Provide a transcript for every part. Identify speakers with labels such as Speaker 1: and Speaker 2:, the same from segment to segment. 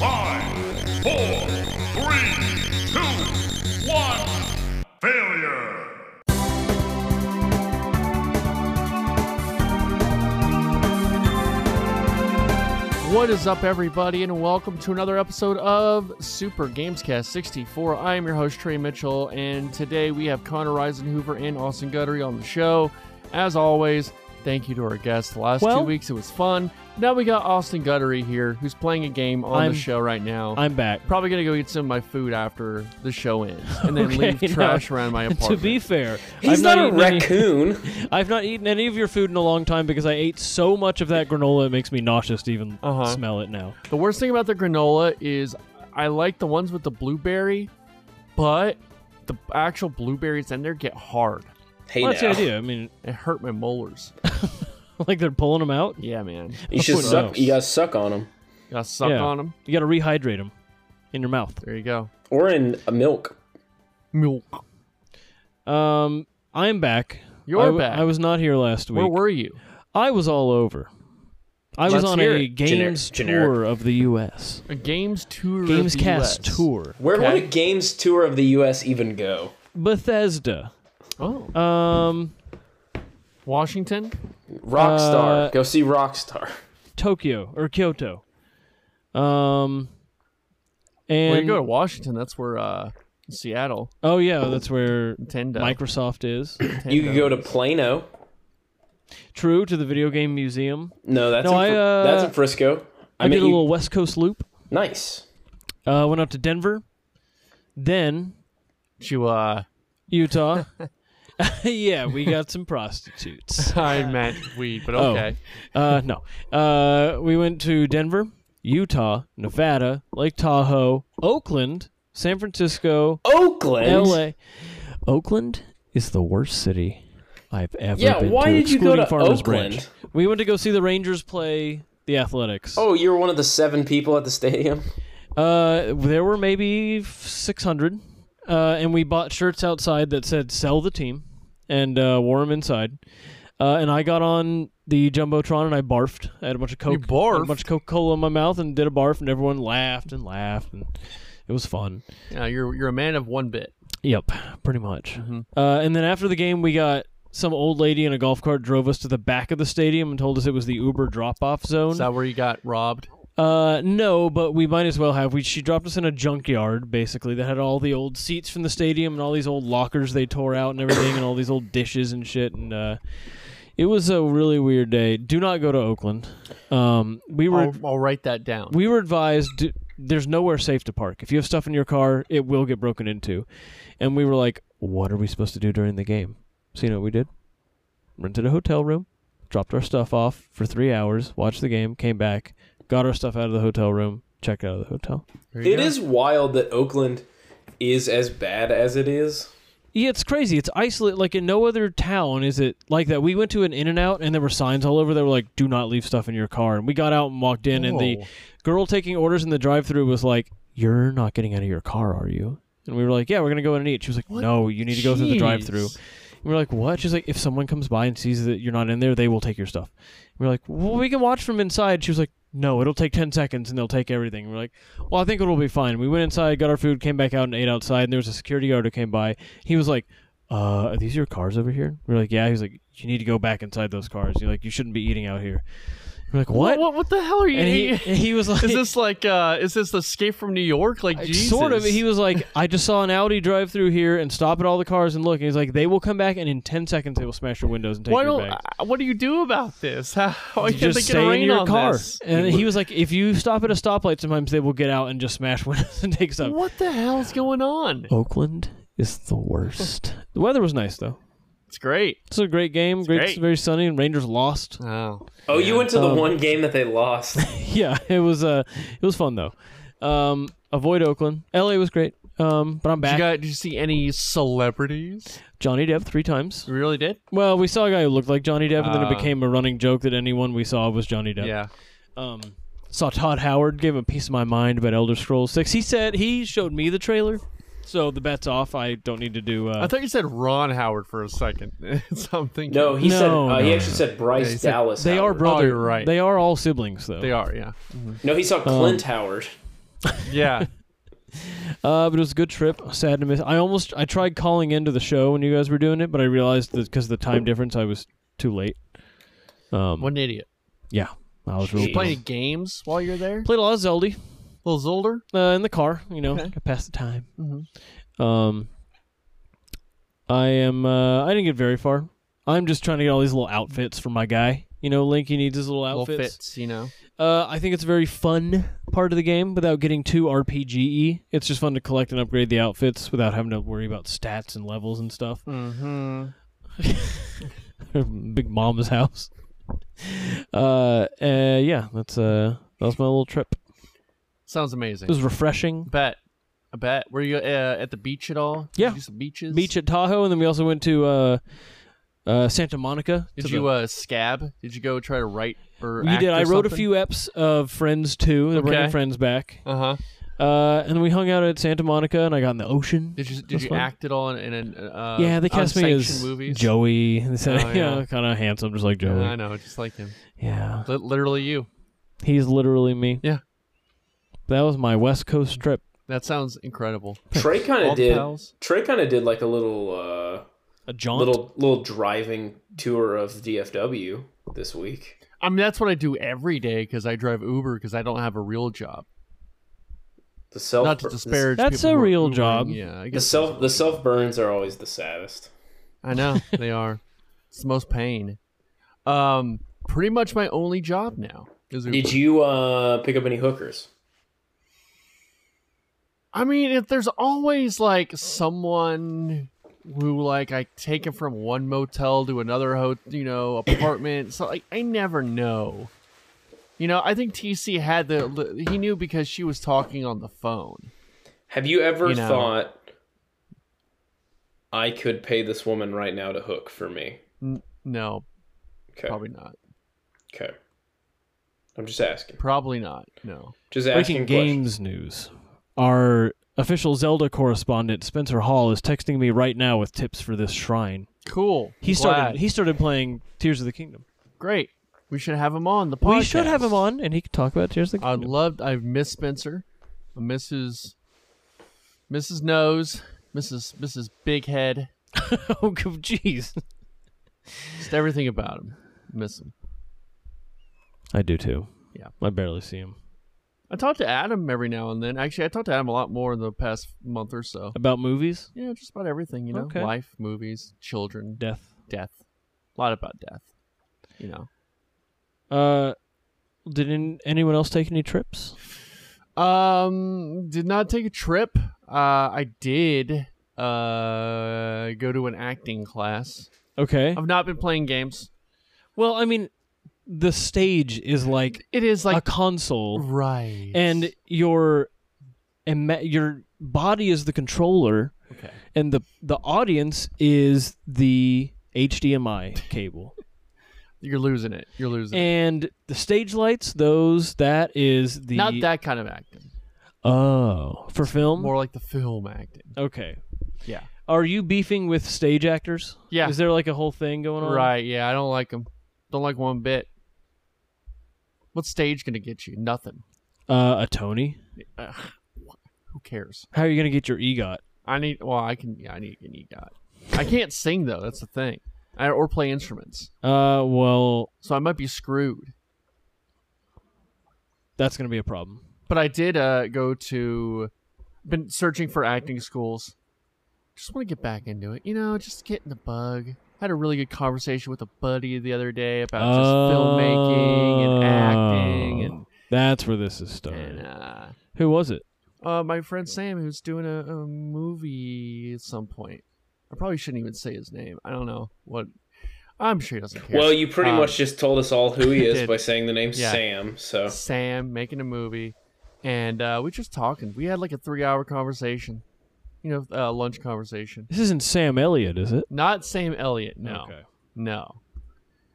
Speaker 1: Five, four, three, two, one. Failure.
Speaker 2: What is up, everybody, and welcome to another episode of Super Gamescast 64. I am your host, Trey Mitchell, and today we have Connor Reisenhoover and Austin Guttery on the show. As always, thank you to our guests. The last
Speaker 3: Well-
Speaker 2: two weeks it was fun. Now we got Austin Guttery here, who's playing a game on
Speaker 3: I'm-
Speaker 2: the show right now.
Speaker 3: I'm back.
Speaker 2: Probably gonna go eat some of my food after the show ends, and then
Speaker 3: Okay,
Speaker 2: leave
Speaker 3: now-
Speaker 2: trash around my
Speaker 3: to
Speaker 2: apartment.
Speaker 3: be fair,
Speaker 4: He's
Speaker 3: I've
Speaker 4: not, a
Speaker 3: eaten any-
Speaker 4: raccoon.
Speaker 3: I've not eaten any of your food in a long time because I ate so much of that granola it makes me nauseous to even
Speaker 2: Uh-huh.
Speaker 3: smell it now.
Speaker 2: The worst thing about the granola is I like the ones with the blueberry, but the actual blueberries in there get hard.
Speaker 4: hey,
Speaker 3: Well, that's the
Speaker 4: now.
Speaker 3: idea. I mean,
Speaker 2: It hurt my molars.
Speaker 3: like they're pulling them out.
Speaker 2: Yeah, man.
Speaker 4: You should
Speaker 3: That's what
Speaker 4: suck.
Speaker 3: it is.
Speaker 4: You gotta suck on them,
Speaker 2: Gotta suck
Speaker 3: Yeah.
Speaker 2: on them.
Speaker 3: You got to rehydrate them in your mouth.
Speaker 2: There you go.
Speaker 4: or in a milk.
Speaker 2: Milk.
Speaker 3: Um, I'm back.
Speaker 2: You're
Speaker 3: I w-
Speaker 2: back.
Speaker 3: I was not here last week.
Speaker 2: Where were you?
Speaker 3: I was all over. I was
Speaker 4: Let's
Speaker 3: on
Speaker 4: hear
Speaker 3: a
Speaker 4: it.
Speaker 3: games
Speaker 4: Generic-
Speaker 3: tour of the U.S.
Speaker 2: A games tour. of
Speaker 3: Games
Speaker 2: the
Speaker 3: Cast
Speaker 2: US.
Speaker 3: tour.
Speaker 4: Where
Speaker 2: Okay.
Speaker 4: would a games tour of the U.S. even go?
Speaker 3: Bethesda.
Speaker 2: Oh,
Speaker 3: Um,
Speaker 2: Washington.
Speaker 4: Rockstar.
Speaker 3: Uh,
Speaker 4: go see Rockstar.
Speaker 3: Tokyo or Kyoto. Um, and
Speaker 2: Well, you go to Washington. That's where uh, Seattle.
Speaker 3: oh yeah, that's where
Speaker 2: Nintendo.
Speaker 3: Microsoft is.
Speaker 4: You could go to Plano.
Speaker 3: True to the video game museum.
Speaker 4: No, that's
Speaker 3: No,
Speaker 4: in,
Speaker 3: I,
Speaker 4: Fr-
Speaker 3: uh,
Speaker 4: that's in Frisco.
Speaker 3: I, did
Speaker 4: mean,
Speaker 3: a
Speaker 4: you-
Speaker 3: little West Coast loop.
Speaker 4: nice.
Speaker 3: Uh, went out to Denver, then
Speaker 2: To uh,
Speaker 3: Utah. yeah, we got some prostitutes.
Speaker 2: I meant weed, but
Speaker 3: Oh.
Speaker 2: okay.
Speaker 3: Uh, no. Uh, we went to Denver, Utah, Nevada, Lake Tahoe, Oakland, San Francisco,
Speaker 4: Oakland.
Speaker 3: L.A. Oakland is the worst city I've ever
Speaker 4: Yeah,
Speaker 3: been
Speaker 4: why
Speaker 3: to.
Speaker 4: did you go
Speaker 3: excluding
Speaker 4: to
Speaker 3: Farmers
Speaker 4: Oakland?
Speaker 3: Branch. We went to go see the Rangers play the Athletics.
Speaker 4: Oh, you're one of the seven people at the stadium.
Speaker 3: Uh, there were maybe 600, uh, and we bought shirts outside that said "Sell the team" and uh, wore them inside. Uh, and I got on the jumbotron and I barfed. I had a bunch of coke,
Speaker 2: You barfed?
Speaker 3: had a bunch of Coca Cola in my mouth, and did a barf, and everyone laughed and laughed, and it was fun.
Speaker 2: Yeah, you're you're a man of one bit.
Speaker 3: Yep, pretty much.
Speaker 2: Mm-hmm.
Speaker 3: Uh, and then after the game, we got some old lady in a golf cart drove us to the back of the stadium and told us it was the Uber drop off zone.
Speaker 2: Is that where you got robbed?
Speaker 3: Uh, no, but we might as well have. We she dropped us in a junkyard basically that had all the old seats from the stadium and all these old lockers they tore out and everything and all these old dishes and shit and uh, it was a really weird day. Do not go to Oakland. Um, we were
Speaker 2: I'll, I'll write that down.
Speaker 3: we were advised d- there's nowhere safe to park. If you have stuff in your car, it will get broken into. And we were like, what are we supposed to do during the game? So you know what we did? Rented a hotel room, dropped our stuff off for three hours, watched the game, came back, got our stuff out of the hotel room, checked out of the hotel.
Speaker 2: There you
Speaker 4: It
Speaker 2: go.
Speaker 4: is wild that Oakland is as bad as it is.
Speaker 3: Yeah, it's crazy. It's isolated. Like in no other town is it like that. We went to an In and Out, and there were signs all over that were like, "Do not leave stuff in your car." And we got out and walked in, and the
Speaker 2: Whoa.
Speaker 3: girl taking orders in the drive-through was like, "You're not getting out of your car, are you?" And we were like, "Yeah, we're gonna go in and eat." She was like, "No, you need to go through the
Speaker 2: Jeez.
Speaker 3: drive-through." And we are like, "What?" She's like, "If someone comes by and sees that you're not in there, they will take your stuff." And we are like, "Well, we can watch from inside." She was like, "No, it'll take ten seconds, and they'll take everything." And we're like, "Well, I think it'll be fine." We went inside, got our food, came back out, and ate outside. And there was a security guard who came by. He was like, "Uh, are these your cars over here?" We are like, "Yeah." He was like, "You need to go back inside those cars." You're like, "You shouldn't be eating out here." We're like, "What?"
Speaker 2: What? what? What the hell are you?
Speaker 3: And he, and he was like,
Speaker 2: is this like uh is this escape from new york like Jesus?
Speaker 3: Sort of. He was like, I just saw an Audi drive through here and stop at all the cars and look. And he's like, they will come back and in 10 seconds they will smash your windows and take
Speaker 2: why
Speaker 3: your
Speaker 2: don't
Speaker 3: bags.
Speaker 2: uh, what do you do about this how why can't
Speaker 3: just
Speaker 2: they get a
Speaker 3: stay in
Speaker 2: rein
Speaker 3: your
Speaker 2: on
Speaker 3: car.
Speaker 2: this?
Speaker 3: And he was like, if you stop at a stoplight, sometimes they will get out and just smash windows and take stuff.
Speaker 2: what the hell's going on
Speaker 3: Oh. Oakland is the worst. the weather was nice, though.
Speaker 2: it's great
Speaker 3: It's a great game. Great,
Speaker 2: great.
Speaker 3: very sunny, and Rangers lost.
Speaker 2: oh
Speaker 4: Oh, you went to
Speaker 3: Um,
Speaker 4: the one game that they lost.
Speaker 3: yeah, it was uh, it was fun though. Um, avoid Oakland. LA was great. Um, but I'm
Speaker 2: did you,
Speaker 3: back.
Speaker 2: got, did you see any celebrities
Speaker 3: Johnny Depp three times.
Speaker 2: you really did
Speaker 3: Well, we Ah. saw a guy who looked like Johnny Depp, and then it
Speaker 2: Uh.
Speaker 3: became a running joke that anyone we saw was Johnny Depp.
Speaker 2: yeah
Speaker 3: Um, Saw Todd Howard gave him a piece of my mind about Elder Scrolls Six. He said he showed me the trailer, so the bet's off. I don't need to do. Uh,
Speaker 2: I thought you said Ron Howard for a second. so I'm thinking
Speaker 4: No, he said
Speaker 3: No,
Speaker 4: uh, he
Speaker 3: no,
Speaker 4: actually said Bryce
Speaker 2: he said-
Speaker 4: Dallas.
Speaker 3: they are
Speaker 4: Howard.
Speaker 3: brother.
Speaker 2: Oh, you're right.
Speaker 3: They are all siblings though.
Speaker 2: they are. Yeah,
Speaker 4: No, he saw
Speaker 3: Um,
Speaker 4: Clint Howard.
Speaker 2: yeah.
Speaker 3: Uh, but it was a good trip. Sad to miss. I almost I tried calling into the show when you guys were doing it, but I realized that because of the time difference, I was too late. Um,
Speaker 2: what an idiot.
Speaker 3: yeah, I was really
Speaker 4: Jeez.
Speaker 3: bummed.
Speaker 2: Playing games while you're there.
Speaker 3: played a lot of Zelda
Speaker 2: Little Zolder.
Speaker 3: uh, in the car. You know,
Speaker 2: Okay.
Speaker 3: got past the time.
Speaker 2: Mhm.
Speaker 3: Um, I am. Uh, I didn't get very far. I'm just trying to get all these little outfits for my guy. You know, Link. He needs his little outfits.
Speaker 2: Little fits. You know.
Speaker 3: Uh, I think it's a very fun part of the game without getting too RPGE. It's just fun to collect and upgrade the outfits without having to worry about stats and levels and stuff.
Speaker 2: Mm-hmm.
Speaker 3: Big Mom's house. Uh, uh, yeah, that's uh, that was my little trip.
Speaker 2: Sounds
Speaker 3: It
Speaker 2: amazing.
Speaker 3: was refreshing.
Speaker 2: bet. I bet. Were you uh, at the beach at all? Did
Speaker 3: Yeah.
Speaker 2: you do some beaches.
Speaker 3: Beach at Tahoe, and then we also went to uh, uh, Santa Monica.
Speaker 2: Did
Speaker 3: to
Speaker 2: you
Speaker 3: The-
Speaker 2: uh, scab? Did you go try to write or?
Speaker 3: we
Speaker 2: act
Speaker 3: did.
Speaker 2: or
Speaker 3: I wrote a
Speaker 2: something?
Speaker 3: few eps of Friends too. They're bringing
Speaker 2: Okay.
Speaker 3: Friends back.
Speaker 2: Uh huh.
Speaker 3: Uh, and we hung out at Santa Monica, and I got in the ocean.
Speaker 2: Did you did
Speaker 3: That's
Speaker 2: you
Speaker 3: fun.
Speaker 2: act at all in, in an uh,
Speaker 3: yeah, they cast me
Speaker 2: unsanctioned
Speaker 3: as
Speaker 2: movies?
Speaker 3: Joey. They said,
Speaker 2: Oh,
Speaker 3: you
Speaker 2: yeah.
Speaker 3: know, kind of handsome, just like
Speaker 2: Yeah,
Speaker 3: Joey.
Speaker 2: I know, just like him.
Speaker 3: yeah,
Speaker 2: Li- literally you.
Speaker 3: he's literally me.
Speaker 2: Yeah.
Speaker 3: that was my West Coast trip.
Speaker 2: That sounds incredible.
Speaker 4: Trey kind
Speaker 2: All
Speaker 4: of
Speaker 2: the
Speaker 4: did.
Speaker 2: pals?
Speaker 4: Trey kind of did like a little
Speaker 3: A
Speaker 4: uh,
Speaker 3: jaunt.
Speaker 4: little little driving tour of DFW this week.
Speaker 2: I mean, that's what I do every day because I drive Uber because I don't have a real job.
Speaker 4: The self
Speaker 2: Not to disparage.
Speaker 3: That's
Speaker 2: people
Speaker 3: a
Speaker 2: who are
Speaker 3: real
Speaker 2: Ubering.
Speaker 3: job.
Speaker 2: Yeah, I
Speaker 4: the
Speaker 2: guess
Speaker 4: self the self burns are always the saddest.
Speaker 2: I know they are. It's the most pain. Um, pretty much my only job now is Uber.
Speaker 4: Did you uh, pick up any hookers?
Speaker 2: I mean, if there's always like someone who like I take him from one motel to another, ho- you know, apartment. So like, I never know. You know, I think TC had the he knew because she was talking on the phone.
Speaker 4: Have you ever
Speaker 2: You know.
Speaker 4: thought I could pay this woman right now to hook for me?
Speaker 2: No,
Speaker 4: Okay.
Speaker 2: probably not.
Speaker 4: Okay. I'm just asking.
Speaker 2: Probably not. No.
Speaker 4: Just
Speaker 3: Breaking
Speaker 4: asking questions.
Speaker 3: games news. Our official Zelda correspondent Spencer Hall is texting me right now with tips for this shrine.
Speaker 2: Cool.
Speaker 3: He
Speaker 2: Glad.
Speaker 3: started. He started playing Tears of the Kingdom.
Speaker 2: Great. We should have him on the podcast.
Speaker 3: We should have him on, and he can talk about Tears of the
Speaker 2: I
Speaker 3: Kingdom.
Speaker 2: loved. I miss Spencer, I miss his, Mrs. Nose, Mrs. Mrs. Big Head.
Speaker 3: oh, jeez.
Speaker 2: Just everything about him. Miss him.
Speaker 3: I do too.
Speaker 2: Yeah.
Speaker 3: I barely see him.
Speaker 2: I talk to Adam every now and then. Actually, I talked to Adam a lot more in the past month or so.
Speaker 3: About movies,
Speaker 2: Yeah, just about everything, you know,
Speaker 3: Okay.
Speaker 2: life, movies, children,
Speaker 3: death.
Speaker 2: death, a lot about death. You know,
Speaker 3: Uh, did an- anyone else take any trips?
Speaker 2: um, did not take a trip. Uh, I did uh go to an acting class.
Speaker 3: Okay.
Speaker 2: I've not been playing games.
Speaker 3: Well, I mean, the stage is like,
Speaker 2: It is
Speaker 3: a
Speaker 2: like
Speaker 3: console,
Speaker 2: right
Speaker 3: and your ima- your body is the controller,
Speaker 2: okay.
Speaker 3: and the the audience is the HDMI cable,
Speaker 2: You're losing it. You're losing it.
Speaker 3: and the stage lights. Those that is the
Speaker 2: Not that kind of acting.
Speaker 3: oh for film.
Speaker 2: More like the film acting.
Speaker 3: okay.
Speaker 2: Yeah.
Speaker 3: Are you beefing with stage actors?
Speaker 2: Yeah.
Speaker 3: Is there like a whole thing going on?
Speaker 2: Right, yeah, I don't like them. Don't like one bit. What's stage gonna get you? Nothing.
Speaker 3: Uh, a Tony.
Speaker 2: Ugh, who cares?
Speaker 3: How are you gonna get your EGOT?
Speaker 2: I need. Well, I can. Yeah, I need an EGOT. I can't sing though. That's the thing. I, or play instruments,
Speaker 3: Uh, well,
Speaker 2: so I might be screwed.
Speaker 3: that's gonna be a problem.
Speaker 2: But I did uh, go to. Been searching for acting schools. Just want to get back into it. You know, just getting the bug. Had a really good conversation with a buddy the other day about just filmmaking and acting and.
Speaker 3: Oh. That's where this is started.
Speaker 2: and uh,
Speaker 3: Who was it?
Speaker 2: uh, my friend Sam, who's doing a, a movie at some point. I probably shouldn't even say his name. I don't know what. I'm sure he doesn't care.
Speaker 4: Well, you pretty
Speaker 2: Um,
Speaker 4: much just told us all who he is
Speaker 2: did.
Speaker 4: by saying the name
Speaker 2: Yeah.
Speaker 4: Sam. So
Speaker 2: Sam making a movie, and uh, we just talking. We had like a three-hour conversation, you know, uh, lunch conversation.
Speaker 3: This isn't Sam Elliott, is it?
Speaker 2: Not Sam Elliott. No, no.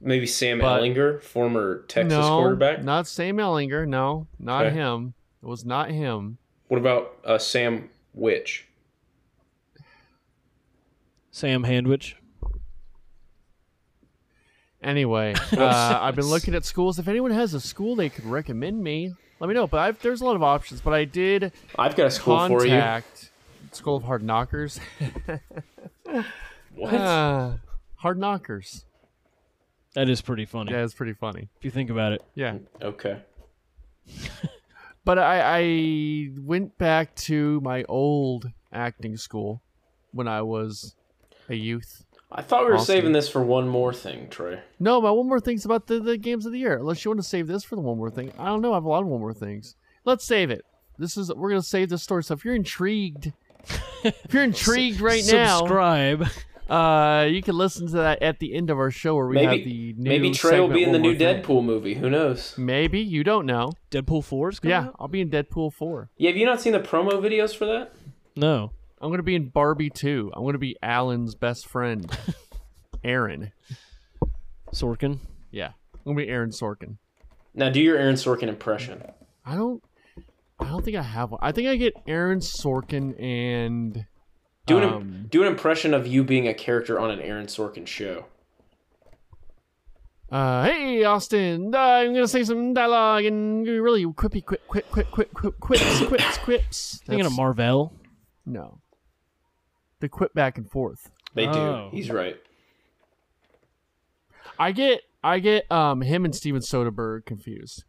Speaker 4: Maybe Sam
Speaker 2: But-
Speaker 4: Ellinger, former Texas
Speaker 2: no,
Speaker 4: quarterback.
Speaker 2: not Sam Ellinger. No, not
Speaker 4: Okay.
Speaker 2: him. It was not him.
Speaker 4: What about uh, Sam Witch?
Speaker 3: Sam Handwich.
Speaker 2: Anyway, uh, I've been looking at schools. If anyone has a school they could recommend me, let me know. But I've, there's a lot of options. But I did
Speaker 4: I've got a school for you.
Speaker 2: contact School of Hard Knockers.
Speaker 4: What?
Speaker 2: Uh, hard Knockers.
Speaker 3: That is pretty funny
Speaker 2: Yeah, it's pretty funny.
Speaker 3: if you think about it.
Speaker 2: Yeah.
Speaker 4: Hmm. Okay.
Speaker 2: But I, I went back to my old acting school when I was a youth.
Speaker 4: I thought we were
Speaker 2: Awesome.
Speaker 4: saving this for one more thing, Trey.
Speaker 2: No, my one more thing's about the, the games of the year. Unless you want to save this for the one more thing. I don't know. I have a lot of one more things. Let's save it. This is we're gonna save this story. So if you're intrigued, if you're intrigued right now,
Speaker 3: Subscribe.
Speaker 2: uh, you can listen to that at the end of our show where we have the
Speaker 4: Maybe
Speaker 2: new
Speaker 4: maybe Trey will
Speaker 2: segment,
Speaker 4: be in the
Speaker 2: One More
Speaker 4: new
Speaker 2: Thing. Mm.
Speaker 4: Deadpool movie. Who knows?
Speaker 2: Maybe you don't know.
Speaker 3: Deadpool 4 is coming
Speaker 2: Yeah,
Speaker 3: out?
Speaker 2: I'll be in Deadpool four.
Speaker 4: Yeah, have you not seen the promo videos for that?
Speaker 3: No.
Speaker 2: I'm gonna be in Barbie two. I'm gonna be Alan's best friend, Aaron.
Speaker 3: Sorkin.
Speaker 2: Yeah, I'm gonna be Aaron Sorkin.
Speaker 4: Now do your Aaron Sorkin impression.
Speaker 2: I don't. I don't think I have one. I think I get Aaron Sorkin and
Speaker 4: Do an
Speaker 2: Um,
Speaker 4: do an impression of you being a character on an Aaron Sorkin show.
Speaker 2: uh, hey Austin. Uh, I'm gonna say some dialogue and gonna be really quippy, quip, quip, quip, quip, quip, quips, quips, quips.
Speaker 3: Thinking
Speaker 2: That's-
Speaker 3: of Marvell.
Speaker 2: no. The quip back and forth.
Speaker 4: They
Speaker 3: Oh.
Speaker 4: do. He's right.
Speaker 2: I get. I get um him and Steven Soderbergh confused.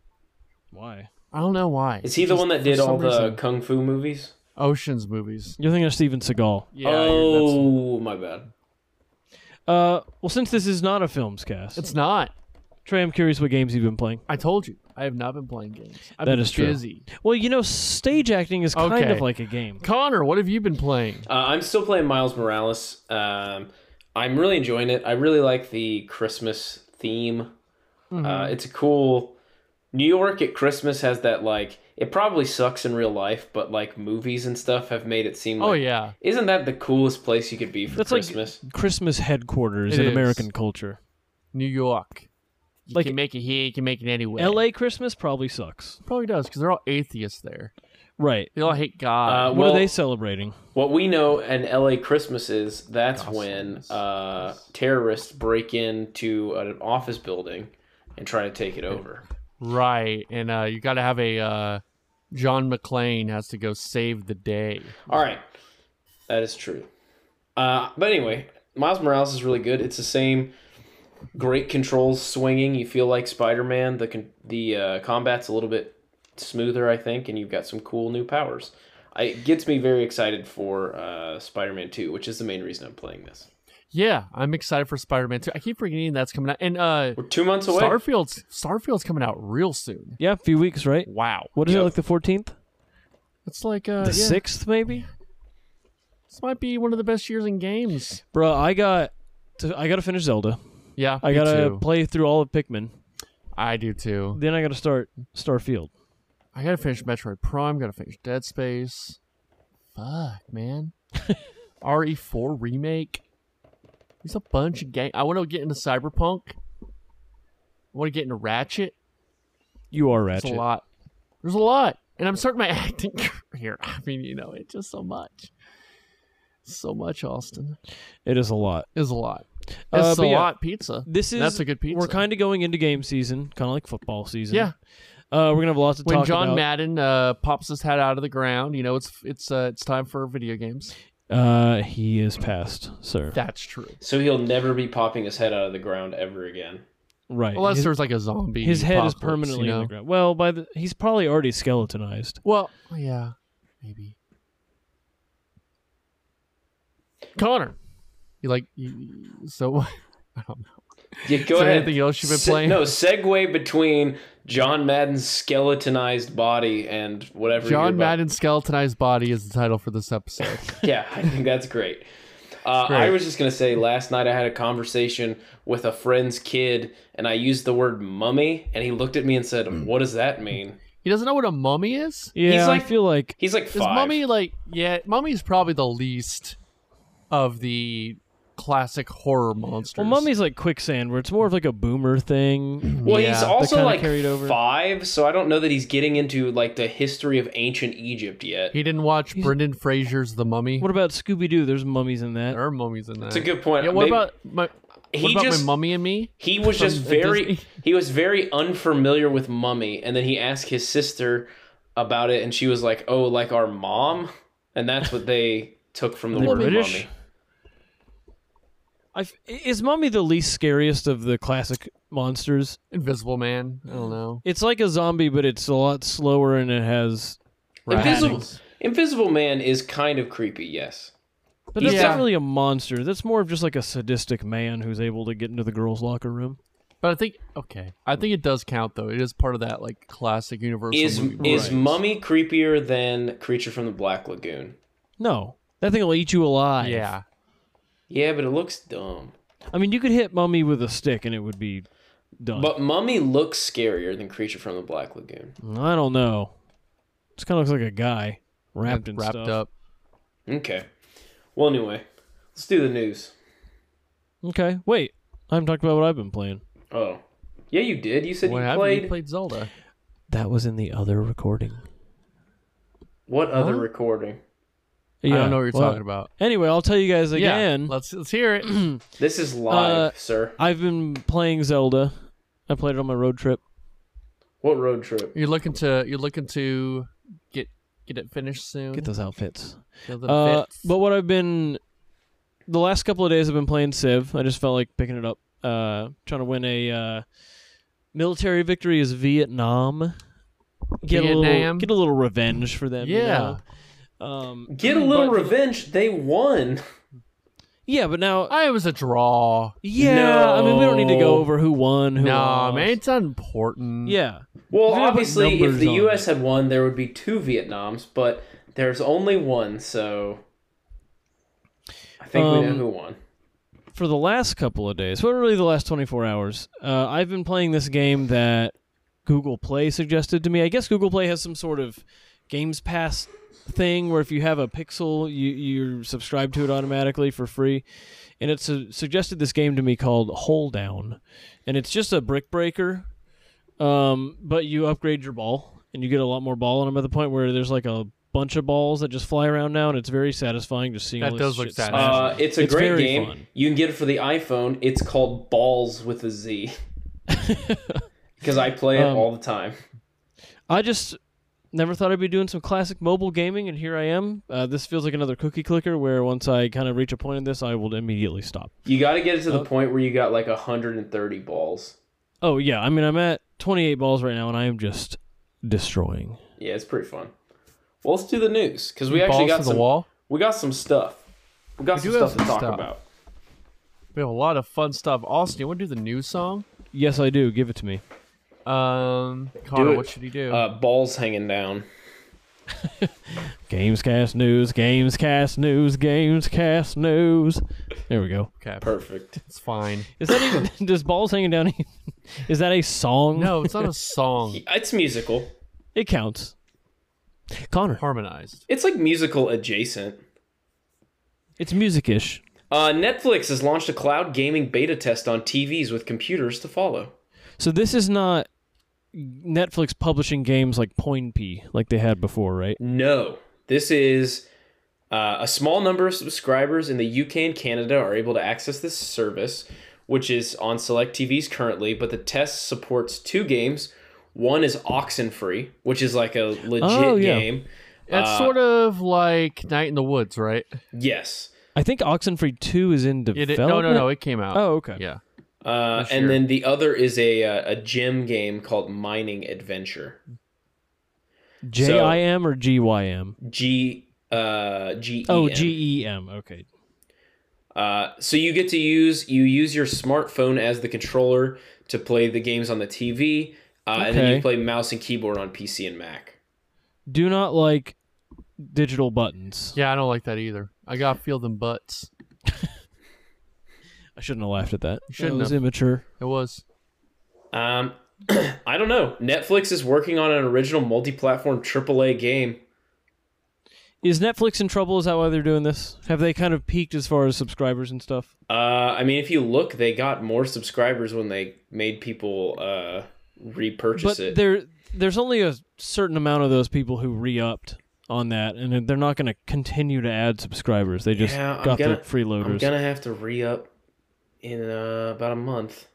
Speaker 3: Why?
Speaker 2: I don't know why.
Speaker 4: Is he the
Speaker 2: Just
Speaker 4: one that
Speaker 2: for
Speaker 4: did
Speaker 2: some
Speaker 4: all the
Speaker 2: reason.
Speaker 4: kung fu movies?
Speaker 2: Ocean's movies?
Speaker 3: You're thinking of Steven Seagal.
Speaker 2: Yeah. you're- that's-
Speaker 4: oh, my bad.
Speaker 3: Uh, well, since this is not a films cast,
Speaker 2: It's not.
Speaker 3: Trey, I'm curious what games you've been playing.
Speaker 2: I told you. I have not been playing games. I've
Speaker 3: That
Speaker 2: been
Speaker 3: is true.
Speaker 2: busy.
Speaker 3: Well, you know, stage acting is kind
Speaker 2: Okay.
Speaker 3: of like a game.
Speaker 2: Connor, what have you been playing?
Speaker 4: Uh, I'm still playing Miles Morales. Um, I'm really enjoying it. I really like the Christmas theme.
Speaker 3: Hmm.
Speaker 4: Uh, it's a cool. New York at Christmas has that like it probably sucks in real life, but like movies and stuff have made it seem. like...
Speaker 2: Oh yeah.
Speaker 4: Isn't that the coolest place you could be for
Speaker 3: That's like-
Speaker 4: Christmas?
Speaker 3: Christmas headquarters
Speaker 2: It
Speaker 3: in
Speaker 2: is.
Speaker 3: American culture.
Speaker 2: New York. You
Speaker 3: Like-
Speaker 2: can make it here, you can make it anywhere.
Speaker 3: L.A. Christmas probably sucks.
Speaker 2: probably does because they're all atheists there.
Speaker 3: Right.
Speaker 2: They all hate God.
Speaker 4: Uh,
Speaker 3: what
Speaker 4: well,
Speaker 3: are they celebrating?
Speaker 4: What we know in LA Christmas is that's
Speaker 2: Gospels.
Speaker 4: when uh, terrorists break into an office building and try to take it over.
Speaker 2: right, and uh, you got to have a uh, John McClane has to go save the day.
Speaker 4: All right, that is true. Uh, but anyway, Miles Morales is really good. It's the same great controls, swinging. You feel like Spider Man. The con- the uh, combat's a little bit smoother, I think, and you've got some cool new powers. I, it gets me very excited for uh, Spider Man Two, which is the main reason I'm playing this.
Speaker 2: Yeah, I'm excited for Spider-Man 2. I keep forgetting that's coming out, and uh,
Speaker 4: We're two months away.
Speaker 2: Starfield's Starfield's coming out real soon.
Speaker 3: Yeah, a few weeks, right?
Speaker 2: Wow,
Speaker 3: What is it
Speaker 4: Yep.
Speaker 3: like the 14th,
Speaker 2: it's like uh,
Speaker 3: the
Speaker 2: yeah,
Speaker 3: sixth, maybe?
Speaker 2: this might be one of the best years in games.
Speaker 3: Bro, I got, to, I gotta finish Zelda.
Speaker 2: Yeah,
Speaker 3: I
Speaker 2: me
Speaker 3: gotta
Speaker 2: too.
Speaker 3: play through all of Pikmin.
Speaker 2: I do too.
Speaker 3: Then I gotta start Starfield.
Speaker 2: I gotta finish Metroid Prime. Gotta finish Dead Space. Fuck, man. RE4 remake. There's a bunch of game. I want to get into Cyberpunk. I want to get into Ratchet.
Speaker 3: You are
Speaker 2: There's
Speaker 3: ratchet.
Speaker 2: a lot. There's a lot, and I'm starting my acting career. I mean, you know, it's just so much. So much, Austin.
Speaker 3: It is a lot.
Speaker 2: Is a lot.
Speaker 3: Uh,
Speaker 2: It's a
Speaker 3: but yeah.
Speaker 2: lot pizza.
Speaker 3: This is
Speaker 2: That's a good pizza.
Speaker 3: We're kind of going into game season, kind of like football season.
Speaker 2: yeah.
Speaker 3: Uh, we're gonna have lots to
Speaker 2: When
Speaker 3: talk
Speaker 2: John
Speaker 3: about.
Speaker 2: Madden uh, pops his head out of the ground, you know it's it's uh, it's time for video games.
Speaker 3: uh, he is passed, sir.
Speaker 2: That's true.
Speaker 4: So he'll never be popping his head out of the ground ever again.
Speaker 3: right.
Speaker 2: Unless
Speaker 3: his,
Speaker 2: there's like a zombie.
Speaker 3: his head is
Speaker 2: apocalypse,
Speaker 3: permanently
Speaker 2: you
Speaker 3: in
Speaker 2: know?
Speaker 3: the ground. Well, by the he's probably already skeletonized.
Speaker 2: Well, yeah, maybe. Connor, you like you, so? I don't know.
Speaker 4: Yeah, go
Speaker 2: Is there
Speaker 4: ahead.
Speaker 2: anything else you've been
Speaker 4: Se-
Speaker 2: playing?
Speaker 4: No, segue between John Madden's skeletonized body and whatever.
Speaker 2: John
Speaker 4: you're about-
Speaker 2: Madden's skeletonized body is the title for this episode.
Speaker 4: Yeah, I think that's great. Uh,
Speaker 2: Great.
Speaker 4: I was just gonna say, last night I had a conversation with a friend's kid, and I used the word mummy, and he looked at me and said, "What does that mean?"
Speaker 2: he doesn't know what a mummy is.
Speaker 3: Yeah, I
Speaker 4: like-
Speaker 3: feel like
Speaker 4: He's like
Speaker 2: Is
Speaker 4: five.
Speaker 2: mummy like yeah? Mummy's probably the least of the classic horror monsters.
Speaker 3: Well, Mummy's like quicksand, where it's more of like a boomer thing.
Speaker 4: Well,
Speaker 2: Yeah,
Speaker 4: he's
Speaker 2: that
Speaker 4: also
Speaker 3: kinda
Speaker 4: like
Speaker 3: carried over.
Speaker 4: five, so I don't know that he's getting into like the history of ancient Egypt yet.
Speaker 2: He didn't watch Brendan Fraser's The Mummy.
Speaker 3: What about Scooby Doo? There's mummies in that.
Speaker 2: there are mummies in that.
Speaker 4: That's a good point.
Speaker 2: Yeah, what
Speaker 4: Maybe-
Speaker 2: about my? What
Speaker 4: He
Speaker 2: about
Speaker 4: just-
Speaker 2: my mummy and me?
Speaker 4: He was just
Speaker 2: from
Speaker 4: very
Speaker 2: Disney.
Speaker 4: he was very unfamiliar with mummy, and then he asked his sister about it, and she was like, "Oh, like our mom," and that's what they took from the
Speaker 3: They're
Speaker 4: word
Speaker 3: British?
Speaker 4: mummy.
Speaker 3: I've, is Mummy the least scariest of the classic monsters?
Speaker 2: Invisible Man. I don't know.
Speaker 3: It's like a zombie, but it's a lot slower and it has.
Speaker 4: Invisible
Speaker 2: Rats.
Speaker 4: Invisible Man is kind of creepy, yes.
Speaker 3: But that's
Speaker 2: Yeah.
Speaker 3: not really a monster. That's more of just like a sadistic man who's able to get into the girls' locker room.
Speaker 2: But I think okay. I think it does count though. It is part of that like classic Universal.
Speaker 4: Is
Speaker 2: movie
Speaker 4: is
Speaker 2: franchise.
Speaker 4: mummy creepier than Creature from the Black Lagoon?
Speaker 3: No, that thing will eat you alive.
Speaker 2: Yeah.
Speaker 4: Yeah, but it looks dumb.
Speaker 3: I mean, you could hit Mummy with a stick and it would be done.
Speaker 4: But Mummy looks scarier than Creature from the Black Lagoon.
Speaker 3: I don't know. This kind of looks like a guy wrapped in
Speaker 2: wrapped
Speaker 3: stuff.
Speaker 2: up.
Speaker 4: Okay. Well, anyway, let's do the news.
Speaker 3: Okay, wait. I haven't talked about what I've been playing.
Speaker 4: Oh, yeah, you did. You said
Speaker 2: What
Speaker 4: you
Speaker 2: happened?
Speaker 4: played.
Speaker 2: You played Zelda.
Speaker 3: That was in the other recording.
Speaker 4: What other recording?
Speaker 3: Yeah,
Speaker 2: I don't know what you're
Speaker 3: well,
Speaker 2: talking about.
Speaker 3: Anyway, I'll tell you guys
Speaker 2: Yeah.
Speaker 3: again.
Speaker 2: Let's let's hear it.
Speaker 4: This is live,
Speaker 3: Uh,
Speaker 4: sir.
Speaker 3: I've been playing Zelda. I played it on my road trip.
Speaker 4: What road trip?
Speaker 2: You're looking to you're looking to get get it finished soon.
Speaker 3: Get those outfits.
Speaker 2: Feel the
Speaker 3: Uh,
Speaker 2: fits.
Speaker 3: but what I've been the last couple of days I've been playing Civ. I just felt like picking it up. Uh, trying to win a uh, military victory is Vietnam. Get a little
Speaker 2: Vietnam?
Speaker 3: get a little revenge for them. you
Speaker 2: Yeah.
Speaker 3: know? Um,
Speaker 4: Get a little
Speaker 3: but-
Speaker 4: revenge. They won.
Speaker 3: yeah, but now
Speaker 2: I was a draw.
Speaker 3: yeah, I mean we don't need to go
Speaker 4: No.
Speaker 3: over who won, who
Speaker 2: Nah,
Speaker 3: lost.
Speaker 2: man, it's not important.
Speaker 3: Yeah.
Speaker 4: Well,
Speaker 3: If you put
Speaker 4: obviously, if
Speaker 3: numbers
Speaker 4: the
Speaker 3: on
Speaker 4: U.S. had won, there would be two Vietnams, but there's only one, so I think we know
Speaker 3: Um,
Speaker 4: who won.
Speaker 3: for the last couple of days, well, really the last 24 hours, uh, I've been playing this game that Google Play suggested to me. I guess Google Play has some sort of Games Pass thing where if you have a Pixel, you, you're subscribed to it automatically for free. And it su- suggested this game to me called Hole Down. And it's just a brick breaker, um, but you upgrade your ball and you get a lot more ball. And I'm at the point where there's like a bunch of balls that just fly around now, and it's very satisfying just seeing
Speaker 2: That
Speaker 3: all this
Speaker 2: does look
Speaker 3: shit
Speaker 2: satisfying.
Speaker 3: smash.
Speaker 4: Uh, it's a
Speaker 3: It's
Speaker 4: great
Speaker 3: very
Speaker 4: game.
Speaker 3: fun.
Speaker 4: You can get it for the iPhone. It's called Balls with a Z. Because I play it
Speaker 3: Um,
Speaker 4: all the time.
Speaker 3: I just never thought I'd be doing some classic mobile gaming, and here I am. Uh, this feels like another cookie clicker where once I kind of reach a point in this, I will immediately stop.
Speaker 4: You got to get it to the point where you got like 130 balls.
Speaker 3: Oh, yeah. I mean, I'm at 28 balls right now, and I am just destroying.
Speaker 4: Yeah, it's pretty fun. Well, let's do the news because we actually
Speaker 2: Balls
Speaker 4: got
Speaker 2: to
Speaker 4: some.
Speaker 2: the wall.
Speaker 4: We got some stuff. We got some
Speaker 2: do have
Speaker 4: stuff to
Speaker 2: some
Speaker 4: talk
Speaker 2: stuff.
Speaker 4: about.
Speaker 2: We have a lot of fun stuff. Austin, you want to do the new song?
Speaker 3: Yes, I do. Give it to me.
Speaker 2: Um, Connor,
Speaker 4: it.
Speaker 2: what should he do?
Speaker 4: Uh, balls hanging down.
Speaker 3: Gamescast news, Gamescast news, Gamescast news. There we go.
Speaker 2: okay,
Speaker 4: Perfect.
Speaker 2: it's fine.
Speaker 3: Is that even does balls hanging down? Even, is that a song?
Speaker 2: No, it's not a song
Speaker 4: It's musical.
Speaker 3: it counts. Connor,
Speaker 2: harmonized.
Speaker 4: It's like musical adjacent.
Speaker 3: it's music-ish.
Speaker 4: Uh, Netflix has launched a cloud gaming beta test on TVs with computers to follow.
Speaker 3: So this is not Netflix publishing games like P like they had before, right?
Speaker 4: No, this is uh, a small number of subscribers in the UK and Canada are able to access this service, which is on select TVs currently. But the test supports two games. One is Oxenfree, which is like a legit
Speaker 3: Oh, yeah.
Speaker 4: game.
Speaker 2: That's
Speaker 4: Uh,
Speaker 2: sort of like Night in the Woods, right?
Speaker 4: Yes.
Speaker 3: I think Oxenfree 2 is in
Speaker 2: It,
Speaker 3: development.
Speaker 2: it, no, no, no. It came out.
Speaker 3: Oh, okay.
Speaker 2: Yeah.
Speaker 4: Uh,
Speaker 2: This year.
Speaker 4: and then the other is a uh, a gym game called Mining Adventure.
Speaker 3: J-I-M or G-Y-M?
Speaker 4: G uh G E
Speaker 3: Oh,
Speaker 4: M.
Speaker 3: G-E-M. Okay.
Speaker 4: Uh, so you get to use you use your smartphone as the controller to play the games on the TV, uh, and then
Speaker 3: Okay.
Speaker 4: you play mouse and keyboard on PC and Mac.
Speaker 3: Do not like digital buttons.
Speaker 2: Yeah, I don't like that either. I got to feel them butts.
Speaker 3: I shouldn't have laughed at that.
Speaker 2: shouldn't
Speaker 3: That was
Speaker 2: have.
Speaker 3: immature.
Speaker 2: It was.
Speaker 4: Um, I don't know. Netflix is working on an original multi-platform AAA game.
Speaker 3: Is Netflix in trouble? Is that why they're doing this? Have they kind of peaked as far as subscribers and stuff?
Speaker 4: Uh, I mean, if you look, they got more subscribers when they made people uh, repurchase
Speaker 3: but
Speaker 4: it.
Speaker 3: there there's only a certain amount of those people who re-upped on that and they're not going to continue to add subscribers they just
Speaker 4: Yeah, I'm
Speaker 3: got
Speaker 4: gonna-
Speaker 3: the freeloaders
Speaker 4: I'm gonna have to re up in uh, about a month.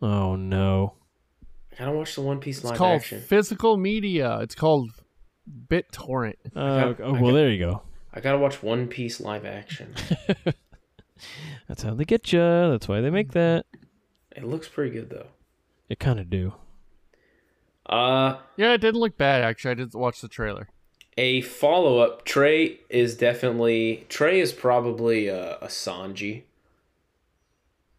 Speaker 3: oh no
Speaker 4: I gotta watch the One Piece
Speaker 2: It's
Speaker 4: live
Speaker 2: called
Speaker 4: action.
Speaker 2: physical media. It's called BitTorrent.
Speaker 3: uh,
Speaker 4: got-
Speaker 3: oh,
Speaker 4: I
Speaker 3: well
Speaker 4: got-
Speaker 3: there you go
Speaker 4: I gotta watch One Piece live action.
Speaker 3: that's how they get you that's why they make that
Speaker 4: it looks pretty good though.
Speaker 3: it kind of do
Speaker 4: Uh,
Speaker 2: Yeah, it didn't look bad actually. I did watch the trailer.
Speaker 4: a follow up. Trey is definitely Trey is probably uh, a Sanji.
Speaker 3: I,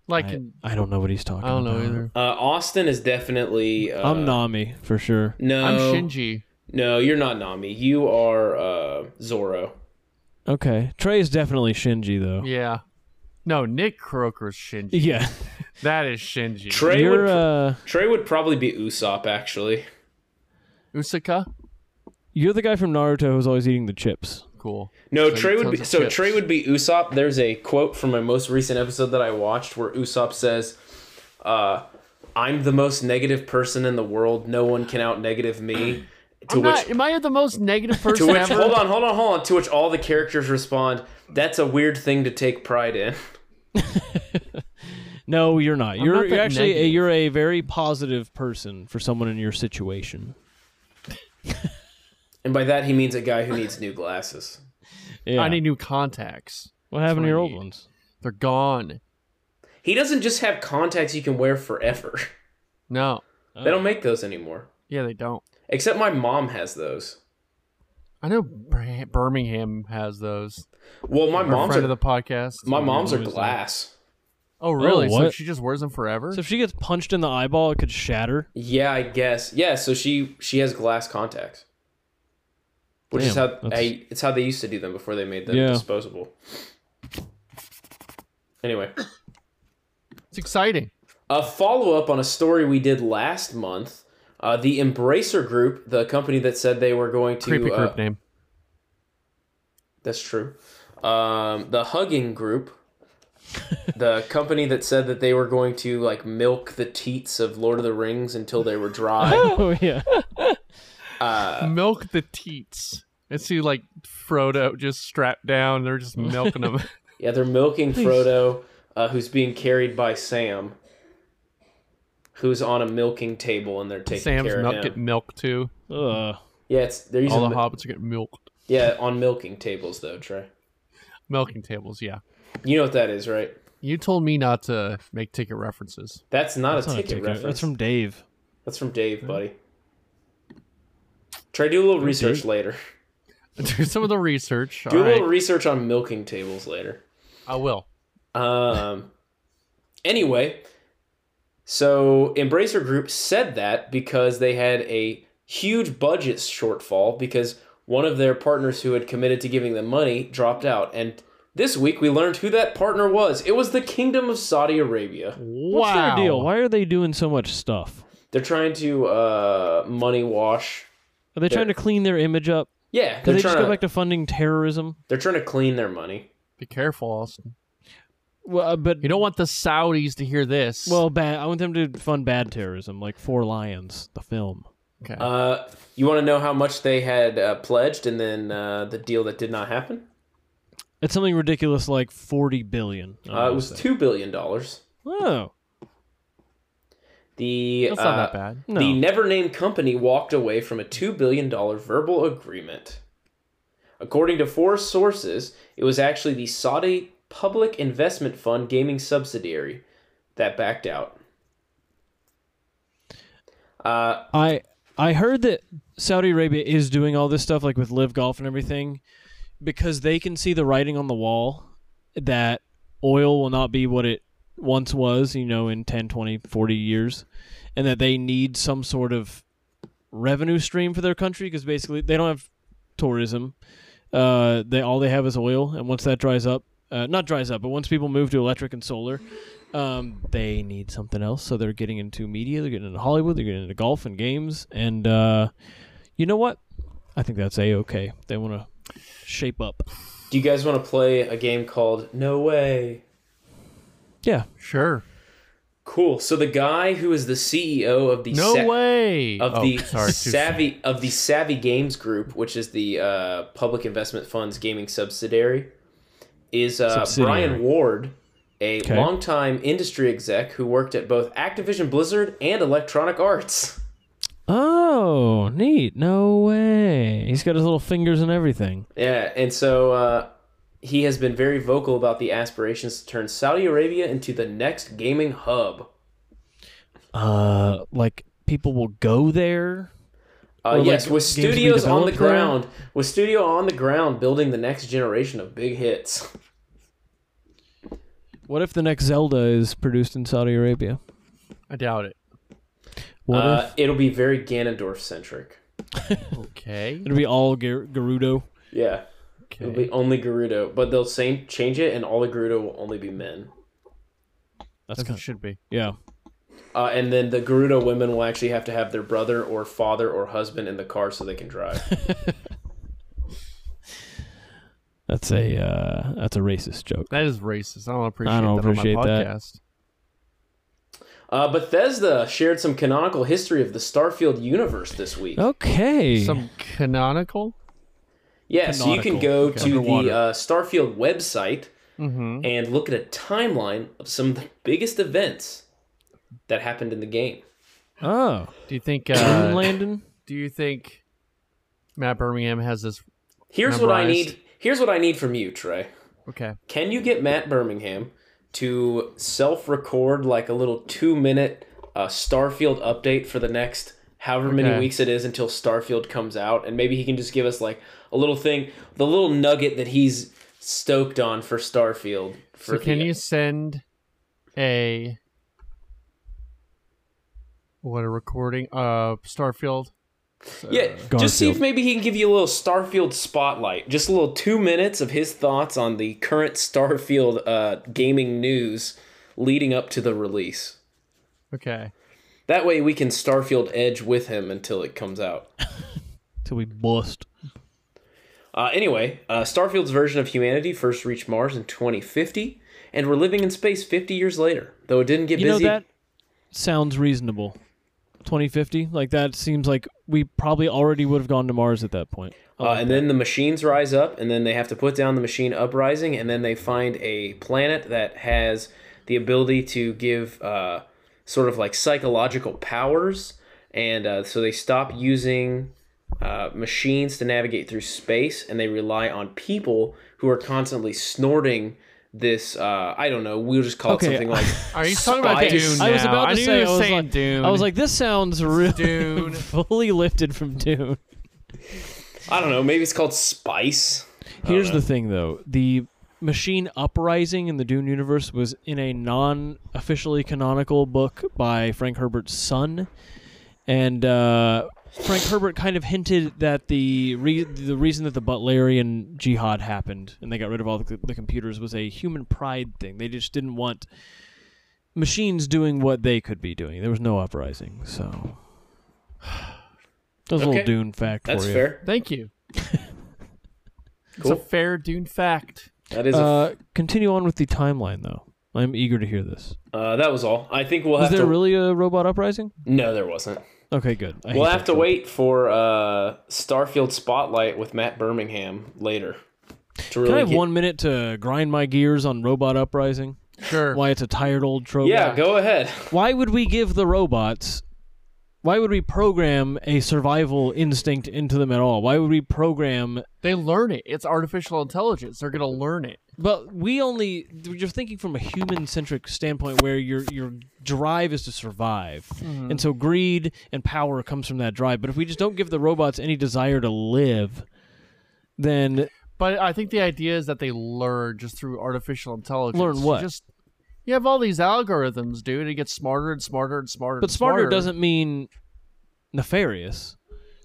Speaker 2: Like, in-
Speaker 3: I don't know what he's talking
Speaker 2: I don't know
Speaker 3: about.
Speaker 2: either.
Speaker 4: Uh, Austin is definitely. Uh,
Speaker 3: i'm nami for sure
Speaker 4: No,
Speaker 2: I'm Shinji.
Speaker 4: No, you're not Nami. You are uh, Zoro.
Speaker 3: okay trey is definitely shinji though
Speaker 2: Yeah. No, Nick Croker's Shinji.
Speaker 3: yeah
Speaker 2: That is Shinji.
Speaker 4: Trey
Speaker 3: you're
Speaker 4: would,
Speaker 3: uh
Speaker 4: Trey would probably be Usopp actually.
Speaker 2: Usaka?
Speaker 3: you're the guy from naruto who's always eating the chips
Speaker 2: Cool.
Speaker 4: No,
Speaker 2: So
Speaker 4: Trey
Speaker 2: tons
Speaker 4: would be
Speaker 2: of
Speaker 4: so
Speaker 2: chips.
Speaker 4: Trey would be Usopp. There's a quote from my most recent episode that I watched where Usopp says, uh, "I'm the most negative person in the world. No one can out negative me." To
Speaker 2: I'm
Speaker 4: which
Speaker 2: not, am I the most negative
Speaker 4: to
Speaker 2: person
Speaker 4: which
Speaker 2: ever?
Speaker 4: hold on, hold on, hold on. To which all the characters respond, "That's a weird thing to take pride in."
Speaker 3: no you're not you're,
Speaker 2: not that
Speaker 3: you're actually a,
Speaker 2: negative.
Speaker 3: you're a very positive person for someone in your situation
Speaker 4: And by that he means a guy who needs new glasses.
Speaker 3: yeah
Speaker 2: I need new contacts.
Speaker 3: What happened to
Speaker 2: what I
Speaker 3: your old
Speaker 2: need.
Speaker 3: ones?
Speaker 2: They're gone.
Speaker 4: He doesn't just have contacts you can wear forever.
Speaker 2: No.
Speaker 4: They
Speaker 2: Oh.
Speaker 4: don't make those anymore.
Speaker 2: Yeah, they don't.
Speaker 4: Except my mom has those.
Speaker 2: I know Bir- Birmingham has those.
Speaker 4: Well, my
Speaker 2: Our
Speaker 4: mom's
Speaker 2: friend
Speaker 4: are,
Speaker 2: of the uh, podcast.
Speaker 4: my mom's are
Speaker 3: always
Speaker 4: glass.
Speaker 2: oh, really? so
Speaker 3: what?
Speaker 2: she just wears them forever?
Speaker 3: So if she gets punched in the eyeball, it could shatter.
Speaker 4: Yeah, I guess. Yeah, so she she has glass contacts, which is
Speaker 3: Damn,
Speaker 4: how
Speaker 3: that's-
Speaker 4: I, it's how they used to do them before they made them
Speaker 3: Yeah.
Speaker 4: disposable. Anyway,
Speaker 2: it's exciting.
Speaker 4: a follow up on a story we did last month. Uh, the Embracer Group, the company that said they were going to
Speaker 2: Creepy
Speaker 4: uh,
Speaker 2: group name.
Speaker 4: That's true. Um, the Hugging Group, the company that said that they were going to like milk the teats of Lord of the Rings until they were dry.
Speaker 3: Oh yeah.
Speaker 4: Uh,
Speaker 2: Milk the teats. And see, like, Frodo just strapped down. They're just milking them.
Speaker 4: yeah, they're milking Frodo, uh, who's being carried by Sam, who's on a milking table, and they're taking
Speaker 2: Sam's
Speaker 4: care of
Speaker 2: milk
Speaker 4: him.
Speaker 2: getting milked too.
Speaker 3: Ugh.
Speaker 4: yeah, it's they're using
Speaker 2: All the
Speaker 4: mi-
Speaker 2: hobbits are getting milked.
Speaker 4: yeah on milking tables though, Trey.
Speaker 2: Milking tables, yeah.
Speaker 4: You know what that is, right?
Speaker 2: You told me not to make ticket references.
Speaker 4: That's not
Speaker 3: That's
Speaker 4: a
Speaker 3: not a
Speaker 4: ticket
Speaker 3: ticket.
Speaker 4: reference.
Speaker 3: That's from Dave.
Speaker 4: That's from Dave, buddy. Trey, do a little research later.
Speaker 2: Do some of the research.
Speaker 4: Do
Speaker 2: all
Speaker 4: a little
Speaker 2: right?
Speaker 4: research on milking tables later.
Speaker 2: I will.
Speaker 4: Um. anyway, so Embracer Group said that because they had a huge budget shortfall because one of their partners who had committed to giving them money dropped out, and this week we learned who that partner was. It was the Kingdom of Saudi Arabia.
Speaker 2: Wow.
Speaker 3: What's their deal? Why are they doing so much stuff?
Speaker 4: They're trying to uh, money wash.
Speaker 3: Are they trying to clean their image up?
Speaker 4: Yeah,
Speaker 3: Do
Speaker 4: they're
Speaker 3: they
Speaker 4: trying
Speaker 3: just go
Speaker 4: to
Speaker 3: back to funding terrorism?
Speaker 4: they're trying to clean their money.
Speaker 2: Be careful, Austin.
Speaker 3: Well, uh, but
Speaker 2: You don't want the Saudis to hear this.
Speaker 3: well, bad. I want them to fund bad terrorism, like Four Lions, the film.
Speaker 2: okay.
Speaker 4: Uh, you want to know how much they had uh, pledged, and then uh, the deal that did not happen?
Speaker 3: It's something ridiculous, like forty billion. I
Speaker 4: Uh, it
Speaker 3: wanna
Speaker 4: was
Speaker 3: say.
Speaker 4: two billion dollars.
Speaker 3: Oh
Speaker 4: The
Speaker 2: That's
Speaker 4: uh,
Speaker 2: not that bad.
Speaker 3: no.
Speaker 4: The never named company walked away from a $2 billion verbal agreement. According to four sources, it was actually the Saudi Public Investment Fund gaming subsidiary that backed out. Uh,
Speaker 3: I I heard that Saudi Arabia is doing all this stuff like with live golf and everything because they can see the writing on the wall that oil will not be what it once was, you know, in 10, 20, 40 years and that they need some sort of revenue stream for their country because basically they don't have tourism. Uh, they all they have is oil and once that dries up, uh, not dries up, but once people move to electric and solar, um, they need something else, so they're getting into media. They're getting into Hollywood. They're getting into golf and games. And uh, you know what? I think that's a okay. They want to shape up.
Speaker 4: Do you guys want to play a game called No Way?
Speaker 3: Yeah.
Speaker 2: Sure.
Speaker 4: Cool. So the guy who is the CEO of the
Speaker 2: No
Speaker 4: Sa-
Speaker 2: way.
Speaker 4: of
Speaker 2: Oh,
Speaker 4: the
Speaker 2: sorry, too
Speaker 4: savvy of the Savvy Games Group, which is the uh, public investment funds gaming subsidiary, is uh,
Speaker 3: Subsidiary.
Speaker 4: Brian Ward, a
Speaker 3: Okay.
Speaker 4: longtime industry exec who worked at both Activision Blizzard and Electronic Arts.
Speaker 3: Oh, neat. No way. He's got his little fingers and everything.
Speaker 4: Yeah, and so uh, he has been very vocal about the aspirations to turn Saudi Arabia into the next gaming hub.
Speaker 3: Uh, like people will go there. Or,
Speaker 4: Uh, yes,
Speaker 3: like,
Speaker 4: with
Speaker 3: games to be
Speaker 4: studios on the
Speaker 3: developed there?
Speaker 4: ground, with studio on the ground building the next generation of big hits.
Speaker 3: What if the next Zelda is produced in Saudi Arabia?
Speaker 2: soon. I doubt it.
Speaker 3: What
Speaker 4: Uh,
Speaker 3: if
Speaker 4: it'll be very Ganondorf centric.
Speaker 2: Okay.
Speaker 3: it'll be all Ger- Gerudo?
Speaker 4: Yeah, it'll
Speaker 2: okay.
Speaker 4: be only Gerudo, but they'll same change it, and all the Gerudo will only be men.
Speaker 3: That's
Speaker 2: That's what
Speaker 3: kind
Speaker 2: it should be.
Speaker 3: yeah.
Speaker 4: Uh, and then the Gerudo women will actually have to have their brother or father or husband in the car so they can drive.
Speaker 3: That's a uh, that's a racist joke.
Speaker 2: That is racist. I don't appreciate
Speaker 3: I don't
Speaker 2: that
Speaker 3: appreciate
Speaker 2: on my
Speaker 3: that.
Speaker 2: podcast.
Speaker 4: Uh, Bethesda shared some canonical history of the Starfield universe this week.
Speaker 3: Oh, Okay.
Speaker 2: Some canonical.
Speaker 4: yeah, so you can
Speaker 3: canonical.
Speaker 4: go
Speaker 3: Okay.
Speaker 4: to
Speaker 3: Underwater.
Speaker 4: the uh, Starfield website
Speaker 2: Mm-hmm.
Speaker 4: and look at a timeline of some of the biggest events that happened in the game.
Speaker 3: oh,
Speaker 2: Do you think?
Speaker 3: Moon
Speaker 2: Uh,
Speaker 3: Landon.
Speaker 2: do you think Matt Birmingham has this?
Speaker 4: Here's what I
Speaker 2: Memorized.
Speaker 4: need. Here's what I need from you, Trey.
Speaker 2: Okay.
Speaker 4: Can you get Matt Birmingham to self-record like a little two-minute uh, Starfield update for the next however
Speaker 2: Okay.
Speaker 4: many weeks it is until Starfield comes out, and maybe he can just give us like a little thing, the little nugget that he's stoked on for Starfield. For
Speaker 2: So can
Speaker 4: the-
Speaker 2: you send a what a recording of Starfield?
Speaker 4: Yeah,
Speaker 2: uh,
Speaker 4: just see if
Speaker 3: Garfield.
Speaker 4: maybe he can give you a little Starfield spotlight. Just a little two minutes of his thoughts on the current Starfield uh, gaming news leading up to the release.
Speaker 2: Okay.
Speaker 4: That way we can Starfield Edge with him until it comes out.
Speaker 3: Till we bust.
Speaker 4: Uh, anyway, uh, Starfield's version of humanity first reached Mars in 2050, and we're living in space 50 years later. Though it didn't get
Speaker 3: You know
Speaker 4: busy.
Speaker 3: that sounds reasonable. 2050, like that seems like we probably already would have gone to Mars at that point.
Speaker 4: Uh, and then the machines rise up, and then they have to put down the machine uprising, and then they find a planet that has the ability to give uh, sort of like psychological powers. And uh, so they stop using uh, machines to navigate through space, and they rely on people who are constantly snorting this. Uh, I don't know, we'll just call
Speaker 3: Okay,
Speaker 4: it something like.
Speaker 2: Are you talking about
Speaker 4: Spice.
Speaker 2: Dune?
Speaker 3: I was
Speaker 2: now.
Speaker 3: about to
Speaker 2: knew
Speaker 3: say, I
Speaker 2: you were
Speaker 3: was
Speaker 2: saying
Speaker 3: like-
Speaker 2: Dune.
Speaker 3: I was like, this sounds really
Speaker 2: Dune.
Speaker 3: fully lifted from Dune.
Speaker 4: I don't know, maybe it's called Spice.
Speaker 3: Here's
Speaker 4: Oh,
Speaker 3: the thing, though: the machine uprising in the Dune universe was in a non-officially canonical book by Frank Herbert's son, and uh, Frank Herbert kind of hinted that the re- the reason that the Butlerian jihad happened and they got rid of all the, the computers was a human pride thing. They just didn't want machines doing what they could be doing. There was no uprising, so. That's a
Speaker 4: Okay.
Speaker 3: little Dune fact
Speaker 4: That's
Speaker 3: for you.
Speaker 4: fair.
Speaker 2: Thank you.
Speaker 4: Cool.
Speaker 2: It's a fair Dune fact.
Speaker 4: That is.
Speaker 3: Uh, continue on with the timeline, though. I'm eager to hear this.
Speaker 4: a, uh, that was all. I think we'll
Speaker 3: Was
Speaker 4: have
Speaker 3: there
Speaker 4: to.
Speaker 3: really a robot uprising?
Speaker 4: no, there wasn't.
Speaker 3: Okay, good. I
Speaker 4: We'll
Speaker 3: hate
Speaker 4: have
Speaker 3: that
Speaker 4: to
Speaker 3: show.
Speaker 4: wait for uh, Starfield Spotlight with Matt Birmingham later. To really
Speaker 3: Can I have
Speaker 4: get-
Speaker 3: one minute to grind my gears on robot uprising?
Speaker 2: Sure.
Speaker 3: Why it's a tired old trope?
Speaker 4: Yeah, go ahead.
Speaker 3: Why would we give the robots? Why would we program a survival instinct into them at all? Why would we program?
Speaker 2: They learn it. It's artificial intelligence. They're gonna learn it.
Speaker 3: But we only you're thinking from a human centric standpoint where your your drive is to survive, and so greed and power comes from that drive. But if we just don't give the robots any desire to live, then
Speaker 2: But I think the idea is that they learn just through artificial intelligence.
Speaker 3: Learn
Speaker 2: You
Speaker 3: what?
Speaker 2: just you have all these algorithms, dude. and It gets smarter and smarter and smarter.
Speaker 3: But
Speaker 2: and
Speaker 3: smarter, doesn't mean nefarious.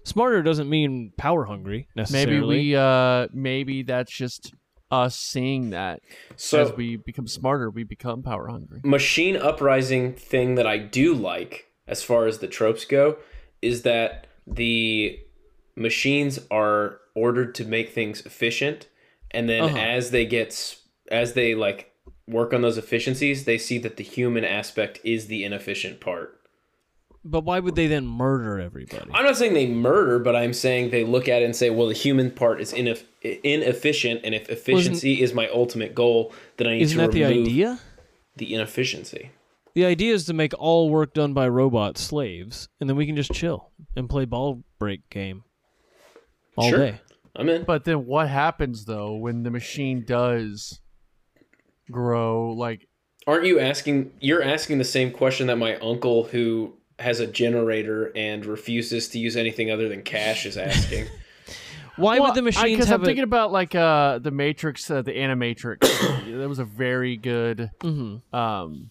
Speaker 3: Smarter doesn't mean power hungry necessarily.
Speaker 2: Maybe we. Uh, maybe that's just us seeing that as
Speaker 4: So,
Speaker 2: we become smarter, we become power hungry.
Speaker 4: machine uprising thing that I do like, as far as the tropes go, is that the machines are ordered to make things efficient, and then
Speaker 3: Uh-huh.
Speaker 4: as they get s- as they like work on those efficiencies, they see that the human aspect is the inefficient part.
Speaker 3: But why would they then murder everybody?
Speaker 4: I'm not saying they murder, but I'm saying they look at it and say, well, the human part is ineff- inefficient, and if efficiency is my ultimate goal, then I need
Speaker 3: Isn't
Speaker 4: to
Speaker 3: that
Speaker 4: remove
Speaker 3: the idea?
Speaker 4: the inefficiency.
Speaker 3: The idea is to make all work done by robots slaves, and then we can just chill and play ball break game all
Speaker 4: Sure.
Speaker 3: day.
Speaker 4: I'm in.
Speaker 2: But then what happens though when the machine does grow? Like,
Speaker 4: Aren't you asking? You're asking the same question that my uncle, who has a generator and refuses to use anything other than cash, is asking.
Speaker 3: Why
Speaker 2: Well,
Speaker 3: would the
Speaker 2: I-
Speaker 3: machines
Speaker 2: 'cause
Speaker 3: have
Speaker 2: I'm
Speaker 3: a-
Speaker 2: thinking about like uh, the Matrix, uh, the Animatrix. that was a very good.
Speaker 3: Mhm.
Speaker 2: Um,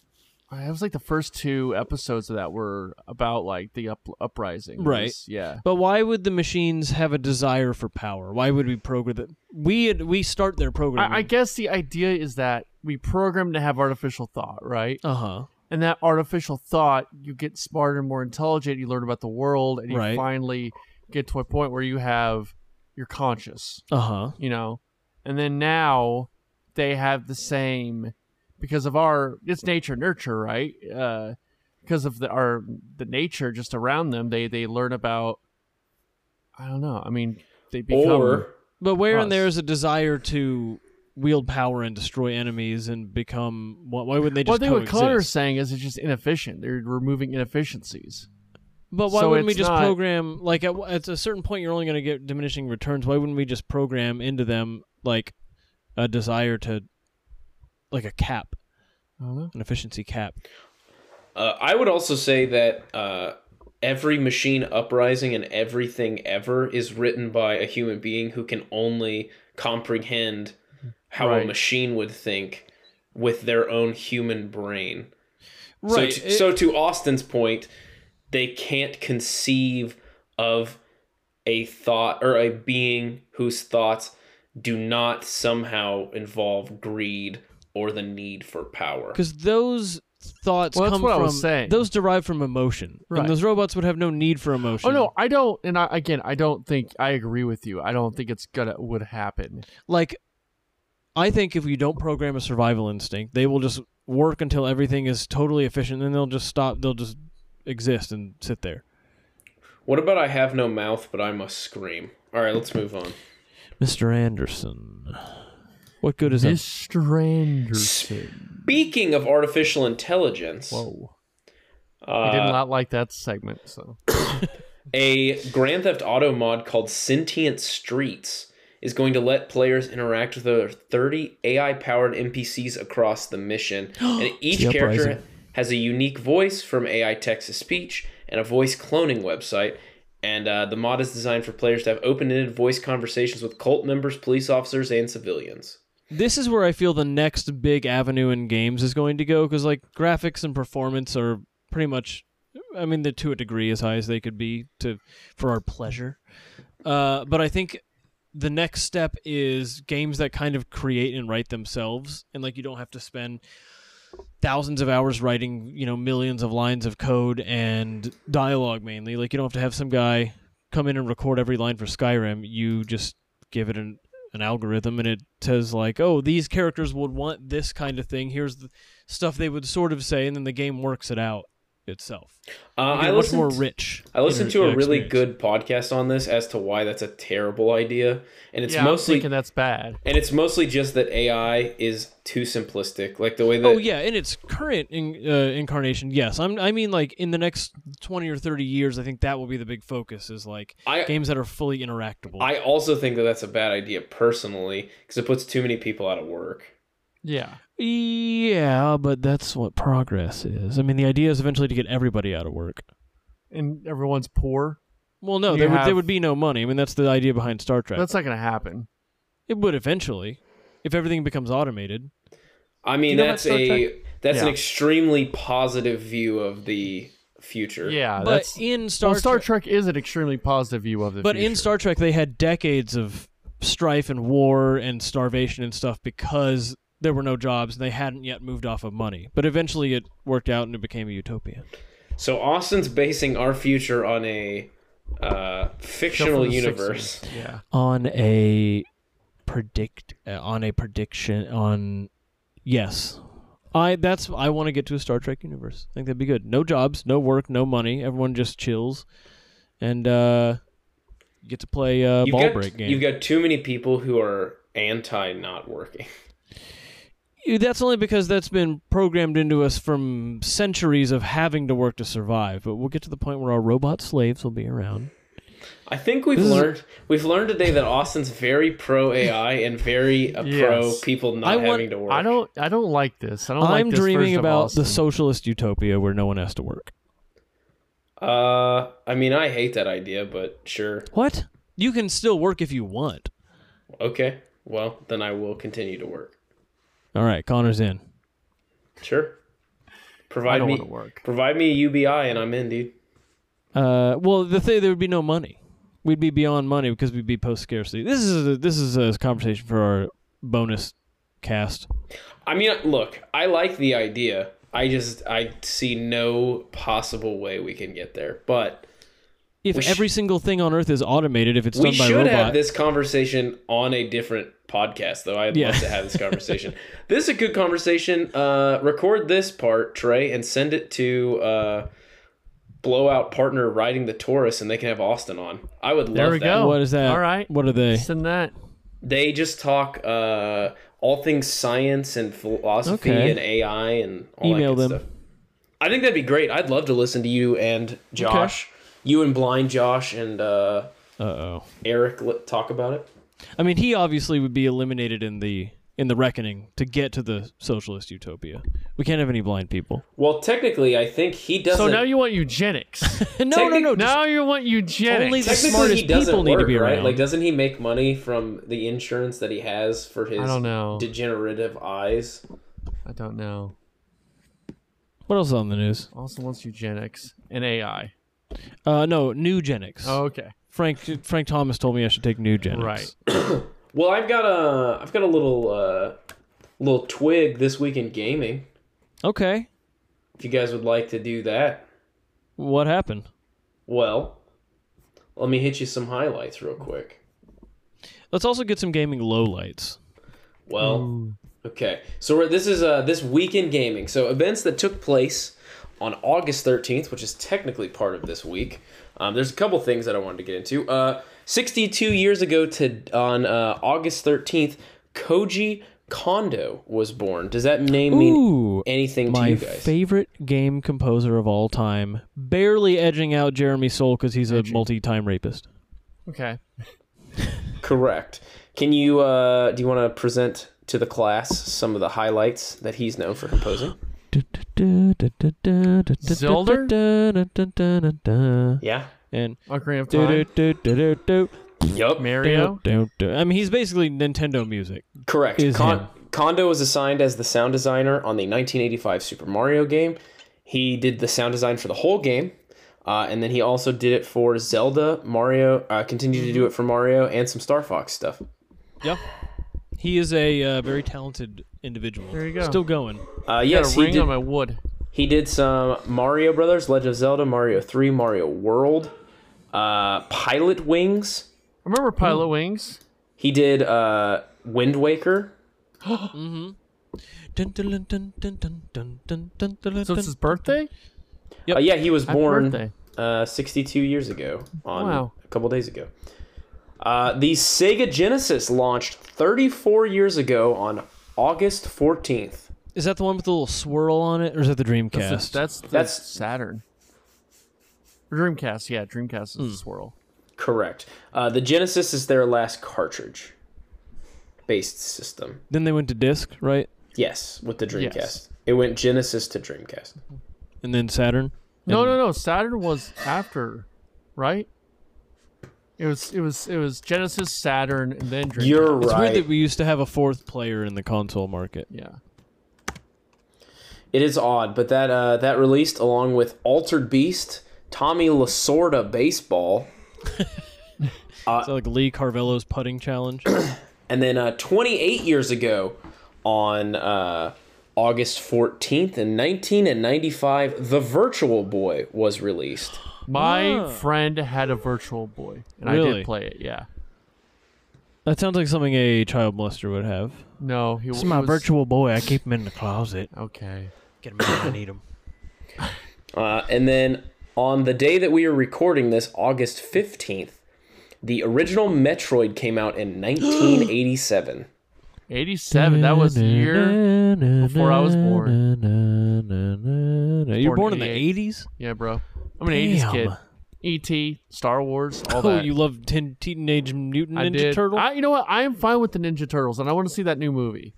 Speaker 2: that was like the first two episodes of that were about like the up- uprising. It
Speaker 3: Right.
Speaker 2: was- yeah.
Speaker 3: But why would the machines have a desire for power? Why would we program them? We we start their programming.
Speaker 2: I, I guess the idea is that we program to have artificial thought, right?
Speaker 3: uh huh.
Speaker 2: And that artificial thought, you get smarter and more intelligent, you learn about the world, and you
Speaker 3: Right.
Speaker 2: finally get to a point where you have you're conscious,
Speaker 3: Uh huh.
Speaker 2: you know. And then now they have the same because of our it's nature nurture, right? Uh because of the our the nature just around them, they they learn about I don't know. I mean, they become
Speaker 4: or
Speaker 3: But where in
Speaker 2: Us.
Speaker 3: there is a desire to wield power and destroy enemies and become? Why, why wouldn't they
Speaker 2: Well, I
Speaker 3: just
Speaker 2: think what Connor's
Speaker 3: coexist?
Speaker 2: saying is it's just inefficient. They're removing inefficiencies.
Speaker 3: But why
Speaker 2: so
Speaker 3: wouldn't we
Speaker 2: it's
Speaker 3: just
Speaker 2: not-
Speaker 3: program? Like at, at a certain point, you're only going to get diminishing returns. Why wouldn't we just program into them like a desire to, like a cap,
Speaker 2: I don't know.
Speaker 3: an efficiency cap?
Speaker 4: uh, I would also say that uh, every machine uprising and everything ever is written by a human being who can only comprehend how
Speaker 2: Right.
Speaker 4: a machine would think with their own human brain.
Speaker 3: Right.
Speaker 4: So to,
Speaker 3: it-
Speaker 4: so to Austin's point, they can't conceive of a thought or a being whose thoughts do not somehow involve greed or the need for power.
Speaker 3: because those thoughts
Speaker 2: Well, that's
Speaker 3: come
Speaker 2: what I
Speaker 3: from
Speaker 2: was saying.
Speaker 3: those derive from emotion,
Speaker 2: Right.
Speaker 3: and those robots would have no need for emotion.
Speaker 2: Oh no, I don't. And I, again, I don't think I agree with you. I don't think it's gonna would happen.
Speaker 3: like I think if you don't program a survival instinct, they will just work until everything is totally efficient, and then they'll just stop. They'll just exist and sit there.
Speaker 4: What about I have no mouth but I must scream? All right, let's move on.
Speaker 3: Mr. Anderson, what good is that?
Speaker 2: Mr. Anderson.
Speaker 4: Speaking of artificial intelligence,
Speaker 2: Whoa, I did
Speaker 4: uh,
Speaker 2: not like that segment. So
Speaker 4: a Grand Theft Auto mod called Sentient Streets is going to let players interact with over 30 AI powered NPCs across the mission. and each
Speaker 3: The
Speaker 4: character
Speaker 3: Uprising.
Speaker 4: has a unique voice from AI text to speech and a voice cloning website. And uh, the mod is designed for players to have open ended voice conversations with cult members, police officers, and civilians.
Speaker 3: This is where I feel the next big avenue in games is going to go because like graphics and performance are pretty much, I mean, they're to a degree as high as they could be to for our pleasure. Uh, but I think the next step is games that kind of create and write themselves, and like you don't have to spend thousands of hours writing, you know, millions of lines of code and dialogue mainly. Like you don't have to have some guy come in and record every line for Skyrim. You just give it an an algorithm and it says like, "Oh, these characters would want this kind of thing. Here's the stuff they would sort of say," and then the game works it out itself.
Speaker 4: Uh,
Speaker 3: You get
Speaker 4: I
Speaker 3: a much
Speaker 4: listened
Speaker 3: more
Speaker 4: to-
Speaker 3: rich.
Speaker 4: I listened to a
Speaker 3: inter-
Speaker 4: really
Speaker 3: experience.
Speaker 4: good podcast on this as to why that's a terrible idea, and it's
Speaker 2: yeah, I'm
Speaker 4: mostly
Speaker 2: thinking that's bad.
Speaker 4: and it's mostly just that AI is too simplistic, like the way that
Speaker 3: Oh yeah, in its current in, uh, incarnation, yes. I'm, I mean, like in the next twenty or thirty years, I think that will be the big focus is like
Speaker 4: I-
Speaker 3: games that are fully interactable.
Speaker 4: I also think that that's a bad idea personally because it puts too many people out of work.
Speaker 2: Yeah,
Speaker 3: yeah, but that's what progress is. I mean, the idea is eventually to get everybody out of work.
Speaker 2: and everyone's poor.
Speaker 3: Well, no,
Speaker 2: You
Speaker 3: there would
Speaker 2: have-
Speaker 3: there would be no money. I mean, that's the idea behind Star Trek.
Speaker 2: That's not gonna happen.
Speaker 3: It would eventually, if everything becomes automated.
Speaker 4: I mean,
Speaker 3: You know about
Speaker 4: that's
Speaker 3: Star
Speaker 4: a that's an
Speaker 2: Yeah.
Speaker 4: extremely positive view of the future.
Speaker 2: Yeah,
Speaker 3: But
Speaker 2: that's.
Speaker 3: in Star,
Speaker 2: Well, Star
Speaker 3: Trek.
Speaker 2: Trek is an extremely positive view of the
Speaker 3: But in
Speaker 2: future.
Speaker 3: Star Trek, they had decades of strife and war and starvation and stuff because there were no jobs and they hadn't yet moved off of money. But eventually it worked out and it became a utopia.
Speaker 4: So Austin's basing our future on a uh, fictional
Speaker 2: the sixth
Speaker 4: universe.
Speaker 2: Yeah.
Speaker 3: on a predict uh, on a prediction on yes i that's i want to get to a star trek universe i think that'd be good no jobs no work no money everyone just chills and uh you get to play uh
Speaker 4: You've
Speaker 3: ball
Speaker 4: got,
Speaker 3: break game
Speaker 4: You've got too many people who are anti not working.
Speaker 3: You- that's only because that's been programmed into us from centuries of having to work to survive but we'll get to the point where our robot slaves will be around
Speaker 4: I think we've
Speaker 3: This is-
Speaker 4: learned we've learned today that Austin's very pro AI and very uh, pro
Speaker 2: Yes.
Speaker 4: people not
Speaker 3: I want-
Speaker 4: having to work.
Speaker 2: I don't. I don't like this. I don't like
Speaker 3: i'm
Speaker 2: this
Speaker 3: dreaming
Speaker 2: version of
Speaker 3: about
Speaker 2: Austin.
Speaker 3: the socialist utopia where no one has to work
Speaker 4: Uh, I mean, I hate that idea, but sure.
Speaker 3: what you can still work if you want
Speaker 4: Okay. Well, then I will continue to work.
Speaker 3: all right connor's in
Speaker 4: Sure.
Speaker 2: I
Speaker 4: Provide
Speaker 2: don't
Speaker 4: me
Speaker 2: want to work.
Speaker 4: provide me a UBI and I'm in, dude.
Speaker 3: Uh, well, the thing there would be no money. We'd be beyond money because we'd be post scarcity. This is a, this is a conversation for our bonus cast.
Speaker 4: I mean, look, I like the idea. I just I see no possible way we can get there. But
Speaker 3: If
Speaker 4: We sh-
Speaker 3: every single thing on Earth is automated, if it's
Speaker 4: we
Speaker 3: done by
Speaker 4: should
Speaker 3: robot,
Speaker 4: have this conversation on a different podcast, though. I'd
Speaker 3: Yeah.
Speaker 4: love to have this conversation. this is a good conversation. Uh, record this part, Trey, and send it to uh, blowout partner riding the Taurus, and they can have Austin on. I would love
Speaker 2: There we
Speaker 4: that.
Speaker 2: go.
Speaker 3: what is that?
Speaker 2: All right.
Speaker 3: what are they?
Speaker 2: Send that.
Speaker 4: They just talk uh, all things science and philosophy
Speaker 3: Okay.
Speaker 4: and AI and all
Speaker 3: Email
Speaker 4: that good
Speaker 3: them.
Speaker 4: stuff. I think that'd be great. I'd love to listen to you and Josh, you and Blind Josh and uh,
Speaker 3: Uh oh.
Speaker 4: Eric li- talk about it.
Speaker 3: I mean, he obviously would be eliminated in the in the reckoning to get to the socialist utopia. We can't have any blind people.
Speaker 4: Well, technically, I think he doesn't.
Speaker 2: So now you want eugenics.
Speaker 3: no, no, no.
Speaker 4: Technic-
Speaker 3: just-
Speaker 2: now you want eugenics.
Speaker 3: Only the-
Speaker 4: technically
Speaker 3: smartest
Speaker 4: he doesn't
Speaker 3: people
Speaker 4: work,
Speaker 3: need to be
Speaker 4: right?
Speaker 3: around.
Speaker 4: Like, doesn't he make money from the insurance that he has for his
Speaker 2: I don't know.
Speaker 4: degenerative eyes?
Speaker 2: I don't know.
Speaker 3: what else is on the news?
Speaker 2: Also wants eugenics and AI.
Speaker 3: Uh, no, nugenics.
Speaker 2: Oh, okay.
Speaker 3: Frank Frank Thomas told me I should take nugenics.
Speaker 2: Right.
Speaker 4: Well, I've got a I've got a little uh, little twig this week in gaming.
Speaker 3: Okay.
Speaker 4: If you guys would like to do that,
Speaker 3: What happened?
Speaker 4: well, let me hit you some highlights real quick.
Speaker 3: Let's also get some gaming lowlights.
Speaker 4: Well, okay. So we're, this is uh, this weekend gaming. So events that took place on August 13th, which is technically part of this week. Um, there's a couple things that I wanted to get into. Uh, 62 years ago to on uh, August 13th, Koji Kondo was born. Does that name mean
Speaker 3: Ooh,
Speaker 4: anything to
Speaker 3: my
Speaker 4: you guys?
Speaker 3: favorite game composer of all time, barely edging out Jeremy Soule because he's a multi-time rapist.
Speaker 2: Okay.
Speaker 4: Correct. Can you uh, do you want to present to the class some of the highlights that he's known for composing?
Speaker 3: Zelda.
Speaker 4: Yeah.
Speaker 3: And
Speaker 2: Ocarina of Time.
Speaker 3: do-do-do-do-do.
Speaker 4: Yup.
Speaker 2: Mario.
Speaker 3: Do-do. I mean, he's basically Nintendo music.
Speaker 4: Correct.
Speaker 3: is him.
Speaker 4: Con- Kondo was assigned as the sound designer on the 1985 Super Mario game. He did the sound design for the whole game, uh, and then he also did it for Zelda, Mario. Uh, continued to do it for Mario and some Star Fox stuff.
Speaker 3: He is a uh, very talented individual. There
Speaker 2: you go.
Speaker 3: Still going.
Speaker 4: Uh,
Speaker 2: Got
Speaker 4: yes,
Speaker 2: a
Speaker 4: he
Speaker 2: ring
Speaker 4: did,
Speaker 2: on my wood.
Speaker 4: he did some Mario Brothers, Legend of Zelda, Mario 3, Mario World, uh, Pilot Wings.
Speaker 2: Remember Pilot Wings?
Speaker 4: He did uh, Wind Waker.
Speaker 3: Dun, dun, dun, dun, dun, dun, dun, dun, dun, dun,
Speaker 2: So
Speaker 3: dun.
Speaker 2: it's his birthday.
Speaker 4: Uh, yeah, he was
Speaker 2: Happy
Speaker 4: born
Speaker 2: birthday.
Speaker 4: uh, 62 years ago on
Speaker 2: Wow.
Speaker 4: a couple days ago. Uh, the Sega Genesis launched 34 years ago on August 14th.
Speaker 3: Is that the one with the little swirl on it, or is that the Dreamcast?
Speaker 2: That's that's, the
Speaker 4: That's-
Speaker 2: Saturn. Or Dreamcast, yeah, Dreamcast
Speaker 3: Hmm.
Speaker 2: is a swirl.
Speaker 4: Correct. Uh, the Genesis is their last cartridge based system.
Speaker 3: Then they went to disc, right?
Speaker 4: Yes, with the Dreamcast.
Speaker 2: Yes.
Speaker 4: It went Genesis to Dreamcast.
Speaker 3: And then Saturn.
Speaker 2: No,
Speaker 3: And-
Speaker 2: no, no. Saturn was after, right? It was, it was, it was Genesis, Saturn, and then Dreamcast.
Speaker 4: You're
Speaker 3: It's
Speaker 4: right.
Speaker 3: weird that we used to have a fourth player in the console market.
Speaker 2: yeah.
Speaker 4: It is odd, but that uh, that released along with Altered Beast, Tommy Lasorda Baseball,
Speaker 3: Is that like Lee Carvello's putting challenge?
Speaker 4: And then uh, 28 years ago, on uh, August 14th in 1995, The Virtual Boy was released.
Speaker 2: My
Speaker 3: Ah.
Speaker 2: friend had a virtual boy, and I
Speaker 3: Really?
Speaker 2: did play it. Yeah.
Speaker 3: That sounds like something a child molester would have.
Speaker 2: No, he
Speaker 3: This
Speaker 2: was
Speaker 3: is my virtual boy. I keep him in the closet.
Speaker 2: Okay.
Speaker 3: Get him out. I need him.
Speaker 4: Uh, and then on the day that we are recording this, August 15th, the original Metroid came out in 1987.
Speaker 2: 87. That was the year. before I was
Speaker 3: born. You were
Speaker 2: Born
Speaker 3: born in the
Speaker 2: 88.
Speaker 3: eighties.
Speaker 2: Yeah, bro. I'm an 80s kid.
Speaker 3: Damn.
Speaker 2: E.T., Star Wars, all
Speaker 3: Oh,
Speaker 2: that.
Speaker 3: you love Teen Teenage Mutant
Speaker 2: I
Speaker 3: Ninja
Speaker 2: did.
Speaker 3: Turtle. I,
Speaker 2: I, you know what? I am fine with the Ninja Turtles, and I want to see that new movie.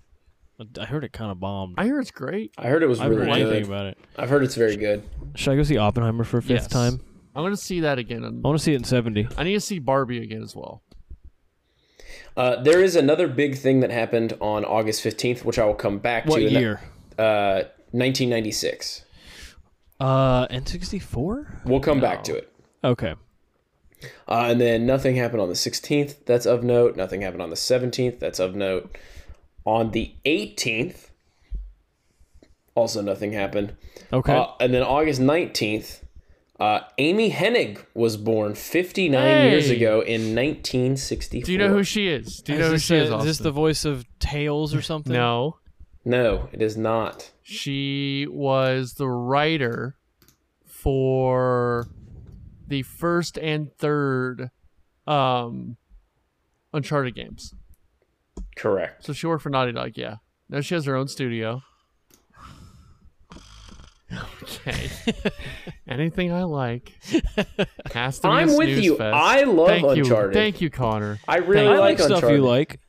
Speaker 3: heard it kind of bombed. I,
Speaker 2: I hear it's great.
Speaker 4: I heard it was
Speaker 3: haven't
Speaker 4: really
Speaker 3: heard anything
Speaker 4: good.
Speaker 3: about it.
Speaker 4: I've heard it's very good.
Speaker 3: Should I go see Oppenheimer for a fifth
Speaker 2: Yes.
Speaker 3: time?
Speaker 2: I'm gonna see that again. and-
Speaker 3: I want to see it in seventy.
Speaker 2: I need to see Barbie again as well.
Speaker 4: Uh, there is another big thing that happened on August 15th, which I will come back
Speaker 3: What
Speaker 4: to. and that-
Speaker 3: year?
Speaker 4: uh, 1996.
Speaker 3: Uh, N sixty four.
Speaker 4: We'll come back to it.
Speaker 3: Okay.
Speaker 4: Uh, and then nothing happened on the 16th. That's of note. Nothing happened on the 17th. That's of note. On the 18th, also nothing happened.
Speaker 3: Okay.
Speaker 4: Uh, and then August 19th, uh, Amy Hennig was born 59 years
Speaker 2: Hey!
Speaker 4: ago in 1964.
Speaker 2: Do you know who she is? Do you know who
Speaker 3: this
Speaker 2: she is?
Speaker 3: the- is this
Speaker 2: Austin?
Speaker 3: the voice of Tails or something?
Speaker 2: no,
Speaker 4: No, it is not.
Speaker 2: she was the writer for the first and third um, Uncharted games.
Speaker 4: Correct.
Speaker 2: So she worked for Naughty Dog. Yeah. Now she has her own studio. Okay. Anything I like has to be a
Speaker 4: I'm with
Speaker 2: snooze
Speaker 4: you.
Speaker 2: fest.
Speaker 4: I love
Speaker 2: Thank
Speaker 4: Uncharted.
Speaker 2: You. Thank you, Connor.
Speaker 4: I really
Speaker 3: I like
Speaker 2: Thank
Speaker 4: like,
Speaker 3: stuff
Speaker 4: Uncharted.
Speaker 3: you like.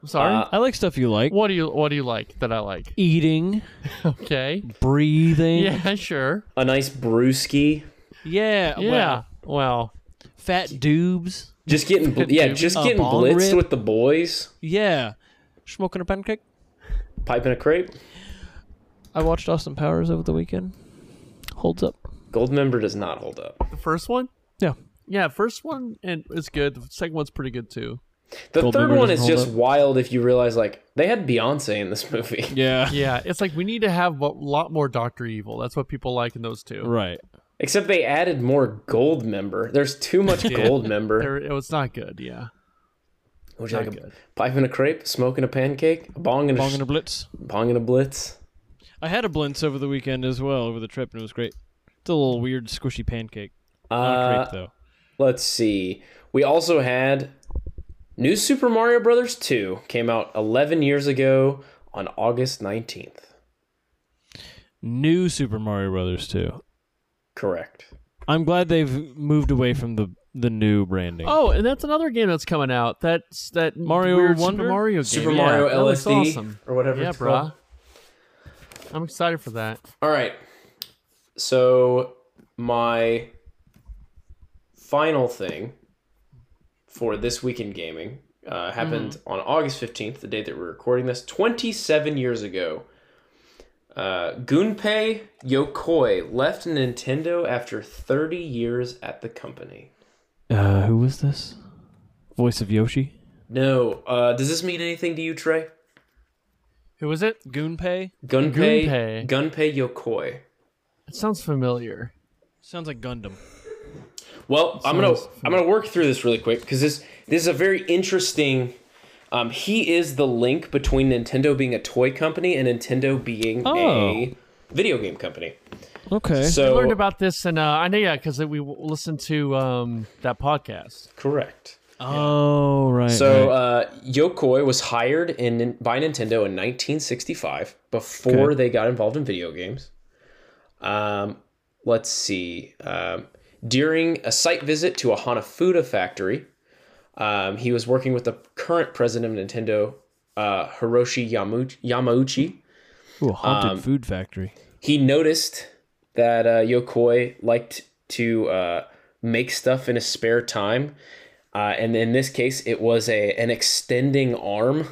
Speaker 2: I'm sorry.
Speaker 4: Uh,
Speaker 3: I like stuff you like.
Speaker 2: what do you What do you like that I like?
Speaker 3: Eating,
Speaker 2: Okay.
Speaker 3: breathing.
Speaker 2: Yeah, sure.
Speaker 4: A nice brewski.
Speaker 3: Yeah.
Speaker 2: Yeah.
Speaker 3: well,
Speaker 2: Well,
Speaker 3: fat dubes.
Speaker 4: Just getting, bl- yeah, just
Speaker 3: A
Speaker 4: getting
Speaker 3: bong
Speaker 4: blitzed
Speaker 3: rip.
Speaker 4: with the boys.
Speaker 3: Yeah. Smoking a pancake.
Speaker 4: Piping a crepe.
Speaker 3: I watched Austin Powers over the weekend. Holds up.
Speaker 4: Gold member does not hold up.
Speaker 2: the first one.
Speaker 3: Yeah.
Speaker 2: Yeah, first one and it's good. The second one's pretty good too.
Speaker 4: The
Speaker 3: Gold
Speaker 4: third
Speaker 3: Member
Speaker 4: one is
Speaker 3: doesn't hold
Speaker 4: just
Speaker 3: up.
Speaker 4: wild if you realize like they had Beyonce in this movie.
Speaker 3: Yeah.
Speaker 2: Yeah, it's like we need to have a lot more Doctor Evil. That's what people like in those two.
Speaker 3: Right.
Speaker 4: Except they added more gold member. There's too much gold member.
Speaker 2: There- it was not good. Yeah.
Speaker 4: Would you like
Speaker 2: not
Speaker 4: a
Speaker 2: good.
Speaker 4: pipe and a crepe, smoking a pancake, a bong and a,
Speaker 3: Bong and
Speaker 4: sh-
Speaker 3: a blitz.
Speaker 4: bong and a blitz?
Speaker 3: I had a blintz over the weekend as well over the trip, and it was great. It's a little weird, squishy pancake. Not
Speaker 4: Uh,
Speaker 3: great though.
Speaker 4: let's see. We also had New Super Mario Brothers 2 came out 11 years ago on August 19th.
Speaker 3: New Super Mario Brothers too.
Speaker 4: Correct.
Speaker 3: I'm glad they've moved away from the the new branding.
Speaker 2: Oh, and that's another game that's coming out. That's that
Speaker 3: Mario
Speaker 2: weird
Speaker 3: Wonder?
Speaker 2: Super Mario game.
Speaker 4: Super
Speaker 2: Yeah,
Speaker 4: Mario
Speaker 2: that looks
Speaker 4: LSD
Speaker 2: awesome.
Speaker 4: or whatever
Speaker 2: Yeah,
Speaker 4: it's called.
Speaker 2: bruh. I'm excited for that.
Speaker 4: All right. So my final thing for this week in gaming uh, happened on August fifteenth, the day that we're recording this, twenty-seven years ago. Uh, Gunpei Yokoi left Nintendo after thirty years at the company.
Speaker 3: Uh, who was this? Voice of Yoshi.
Speaker 4: No, uh, does this mean anything to you, Trey?
Speaker 2: Who is it?
Speaker 3: Goonpei.
Speaker 4: Gunpei
Speaker 2: Gunpei.
Speaker 4: Gunpei Yokoi.
Speaker 2: It sounds familiar.
Speaker 3: Sounds like Gundam.
Speaker 4: Well, I'm gonna I'm gonna work through this really quick because this this is a very interesting. Um, he is the link between Nintendo being a toy company and Nintendo being
Speaker 3: Oh.
Speaker 4: a video game company.
Speaker 3: Okay.
Speaker 4: So
Speaker 2: I learned about this, and uh, I know yeah, because we w- listened to um, that podcast.
Speaker 4: correct.
Speaker 3: oh right.
Speaker 4: So
Speaker 3: right.
Speaker 4: uh, Yokoi was hired in by Nintendo in 1965 before
Speaker 3: Okay.
Speaker 4: they got involved in video games. Um, let's see. Um, during a site visit to a Hanafuda factory, um, he was working with the current president of Nintendo, uh, Hiroshi Yamu- Yamauchi.
Speaker 3: Ooh, a haunted food factory.
Speaker 4: He noticed that uh, Yokoi liked to uh, make stuff in his spare time. Uh, and in this case, it was a an extending arm.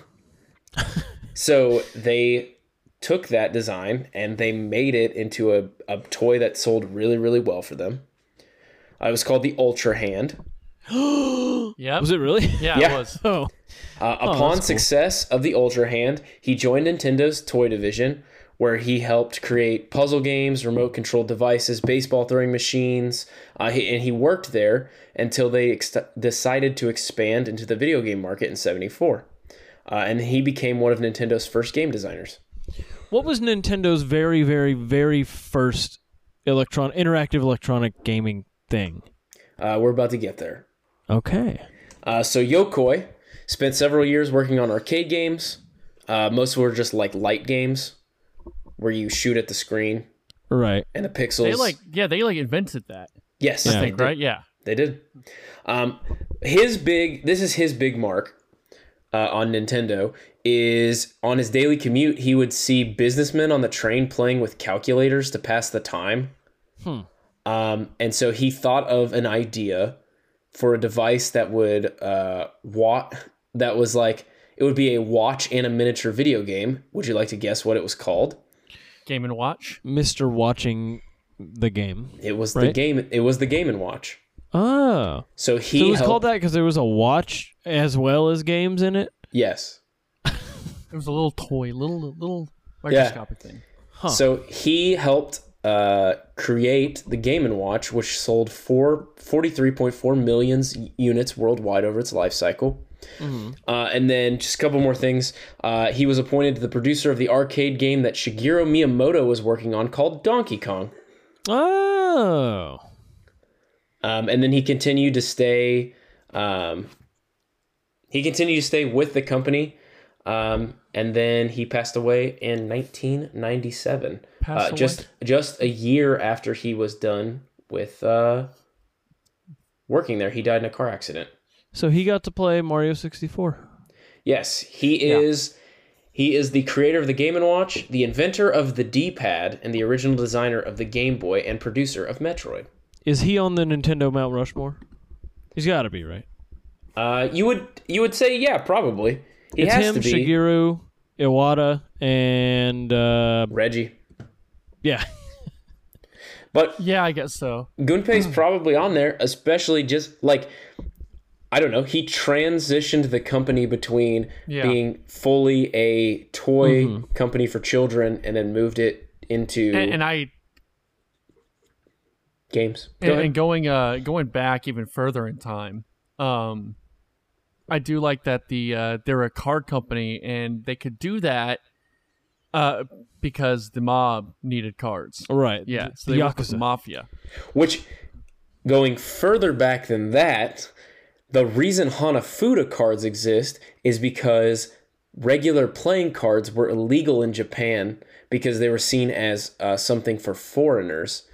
Speaker 4: so they took that design and they made it into a, a toy that sold really, really well for them. Uh, it was called the Ultra Hand.
Speaker 2: Yep.
Speaker 3: Was it really?
Speaker 2: Yeah,
Speaker 4: Yeah.
Speaker 2: it was.
Speaker 3: Oh.
Speaker 4: Uh, upon success of the Ultra Hand, he joined Nintendo's toy division, where he helped create puzzle games, remote control devices, baseball throwing machines, uh, he, and he worked there until they ex- decided to expand into the video game market in '74. Uh, and he became one of Nintendo's first game designers.
Speaker 3: What was Nintendo's very, very, very first electron interactive electronic gaming thing?
Speaker 4: Uh, we're about to get there.
Speaker 3: Okay.
Speaker 4: Uh, so Yokoi spent several years working on arcade games. Uh, most were just like light games, where you shoot at the screen
Speaker 3: Right.
Speaker 4: and the pixels.
Speaker 2: They like yeah, they like invented that.
Speaker 4: yes,
Speaker 3: Yeah.
Speaker 4: they
Speaker 2: Think
Speaker 4: did.
Speaker 2: right? Yeah.
Speaker 4: They did. Um, his big. This is his big mark uh, on Nintendo. Is on his daily commute, he would see businessmen on the train playing with calculators to pass the time.
Speaker 3: Hmm.
Speaker 4: Um, and so he thought of an idea for a device that would uh, wa- that was like it would be a watch and a miniature video game. Would you like to guess what it was called?
Speaker 2: Game and Watch.
Speaker 3: Mr. Watching the game.
Speaker 4: It was the
Speaker 3: Right.
Speaker 4: game. It was the Game and Watch.
Speaker 3: Oh.
Speaker 4: So he
Speaker 3: So it was
Speaker 4: helped-
Speaker 3: called that because there was a watch as well as games in it?
Speaker 4: Yes.
Speaker 2: It was a little toy, little little
Speaker 4: Yeah.
Speaker 2: microscopic thing.
Speaker 3: Huh.
Speaker 4: So he helped uh, create the Game and Watch, which sold four, 43.4 million units worldwide over its life cycle. Uh, and then just a couple more things. Uh, he was appointed the producer of the arcade game that Shigeru Miyamoto was working on called Donkey Kong.
Speaker 3: Oh.
Speaker 4: Um, and then he continued to stay. Um, he continued to stay with the company, um, and then he passed away in 1997.
Speaker 2: Passed
Speaker 4: uh, just just a year after he was done with uh, working there, he died in a car accident.
Speaker 3: So he got to play Mario 64.
Speaker 4: Yes, he is. He is the creator of the Game and Watch, the inventor of the D-pad, and the original designer of the Game Boy, and producer of Metroid.
Speaker 3: Is he on the Nintendo Mount Rushmore? He's got to be, right?
Speaker 4: Uh, you would you would say yeah, probably. He
Speaker 3: it's
Speaker 4: has
Speaker 3: him,
Speaker 4: to be.
Speaker 3: Shigeru, Iwata, and uh,
Speaker 4: Reggie.
Speaker 3: yeah.
Speaker 4: But
Speaker 2: Yeah, I guess so. Hmm.
Speaker 4: Gunpei's probably on there, especially just like I don't know. He transitioned the company between
Speaker 2: Yeah. Mm-hmm.
Speaker 4: being fully a toy company for children and then moved it into
Speaker 2: And, and I
Speaker 4: games. Go
Speaker 2: and,
Speaker 4: ahead.
Speaker 2: and going uh going back even further in time, um, I do like that the uh, they're a card company and they could do that, uh, because the mob needed
Speaker 4: Oh,
Speaker 2: cards.
Speaker 3: Right.
Speaker 2: Yeah,
Speaker 3: The
Speaker 2: so they work with the
Speaker 3: Yakuza.
Speaker 2: mafia.
Speaker 4: Which, going further back than that, the reason Hanafuda cards exist is because regular playing cards were illegal in Japan because they were seen as uh, something for foreigners.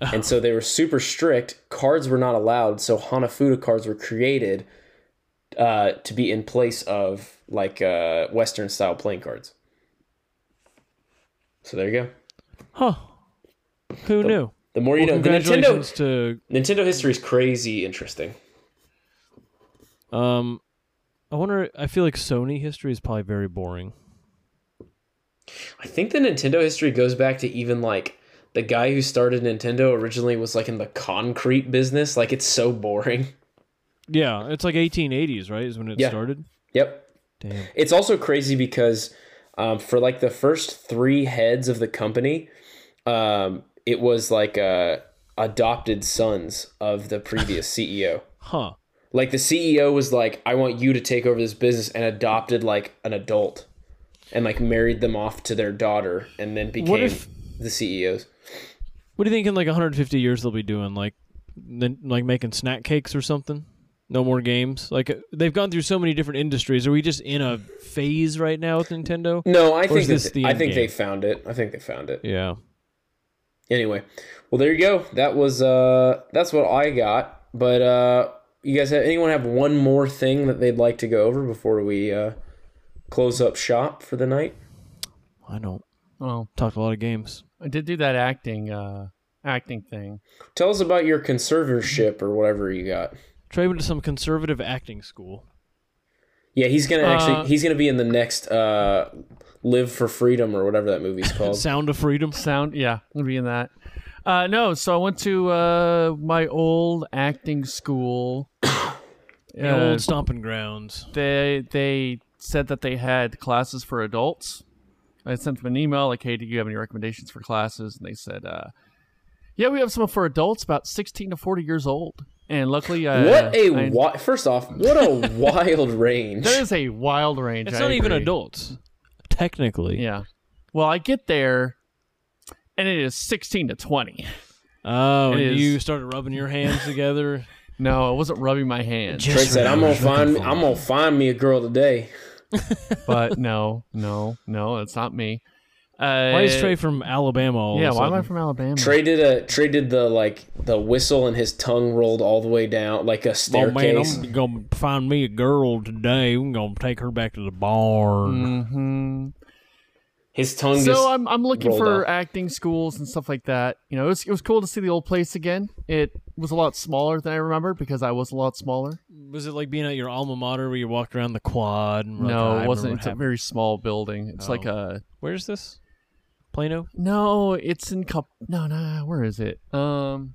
Speaker 4: And so they were super strict. Cards were not allowed, so Hanafuda cards were created uh, to be in place of like uh, Western style playing cards. So there you go.
Speaker 3: Huh. Who knew?
Speaker 4: The more Oh. you
Speaker 3: Well,
Speaker 4: know, the Nintendo
Speaker 3: congratulations to
Speaker 4: Nintendo history is crazy interesting.
Speaker 3: Um, I wonder. I feel like Sony history is probably very boring.
Speaker 4: I think the Nintendo history goes back to even like the guy who started Nintendo originally was like in the concrete business. Like it's so boring.
Speaker 3: Yeah, it's like 1880s, right? Is when it
Speaker 4: Yeah.
Speaker 3: started.
Speaker 4: Yep.
Speaker 3: Damn.
Speaker 4: It's also crazy because um, for like the first three heads of the company, um, it was like uh, adopted sons of the previous CEO.
Speaker 3: Huh.
Speaker 4: Like the CEO was like, I want you to take over this business and adopted like an adult and like married them off to their daughter and then became
Speaker 3: if-
Speaker 4: the E CEOs.
Speaker 3: What do you think in like 150 years they'll be doing? Like, nin- like making snack cakes or something? No more games. Like uh, they've gone through so many different industries. Are we just in a phase right now with Nintendo?
Speaker 4: No, I think
Speaker 3: is this
Speaker 4: that-
Speaker 3: the
Speaker 4: I
Speaker 3: end
Speaker 4: think they
Speaker 3: game?
Speaker 4: found it. I think they found it.
Speaker 3: Yeah.
Speaker 4: Anyway, well there you go. That was uh that's what I got. But uh you guys have anyone have one more thing that they'd like to go over before we uh close up shop for the night?
Speaker 3: I know.
Speaker 2: Well,
Speaker 3: Talked a lot of games.
Speaker 2: I did do that acting uh acting thing.
Speaker 4: Tell us about your conservatorship or whatever you got.
Speaker 3: Trey went to some conservative acting school.
Speaker 4: Yeah, he's gonna actually
Speaker 2: Uh,
Speaker 4: he's gonna be in the next uh Live for Freedom or whatever that movie's called.
Speaker 3: Sound of Freedom.
Speaker 2: Sound, yeah, I'm be in that. Uh, no, so I went to uh, my old acting school.
Speaker 3: The
Speaker 2: Uh,
Speaker 3: old stomping grounds.
Speaker 2: they they said that they had classes for adults I sent them an email like, "Hey, do you have any recommendations for classes?" And they said, uh, "Yeah, we have some for adults about 16 to 40 years old." And luckily, uh,
Speaker 4: what a
Speaker 2: I-
Speaker 4: wi- first off, what a wild range.
Speaker 2: There is a wild range.
Speaker 3: It's
Speaker 2: I
Speaker 3: not even
Speaker 2: agree.
Speaker 3: adults, technically.
Speaker 2: Yeah. Well, I get there, and it is 16 to 20.
Speaker 3: Oh,
Speaker 2: It
Speaker 3: and
Speaker 2: is.
Speaker 3: you started rubbing your hands together.
Speaker 2: No, I wasn't rubbing my hands,
Speaker 4: Trey said, "I'm gonna
Speaker 3: Just what I was
Speaker 4: find,
Speaker 3: looking
Speaker 4: I'm gonna find me a girl today."
Speaker 2: but no, no, no, it's not me. Uh,
Speaker 3: for. Why is Trey from Alabama? All
Speaker 2: Yeah,
Speaker 3: of a
Speaker 2: why am I
Speaker 3: sudden?
Speaker 2: from Alabama?
Speaker 4: Trey did a Trey did the like the whistle, and his tongue rolled all the way down like
Speaker 3: Oh
Speaker 4: a
Speaker 3: man,
Speaker 4: staircase.
Speaker 3: I'm gonna find me a girl today. I'm gonna take her back to the barn.
Speaker 2: hmm
Speaker 4: his tongue just
Speaker 2: So I'm I'm looking
Speaker 4: rolled
Speaker 2: for
Speaker 4: off.
Speaker 2: acting schools and stuff like that. You know, it was, it was cool to see the old place again. It was a lot smaller than I remembered because I was a lot smaller.
Speaker 3: Was it like being at your alma mater where you walked around the quad? And were like, "I
Speaker 2: no, it
Speaker 3: remember
Speaker 2: wasn't.
Speaker 3: what
Speaker 2: It's a
Speaker 3: happened."
Speaker 2: very small building. It's like
Speaker 3: Oh.
Speaker 2: a
Speaker 3: Where's this? Plano
Speaker 2: no. It's in cup. No, no. Where is it? Um,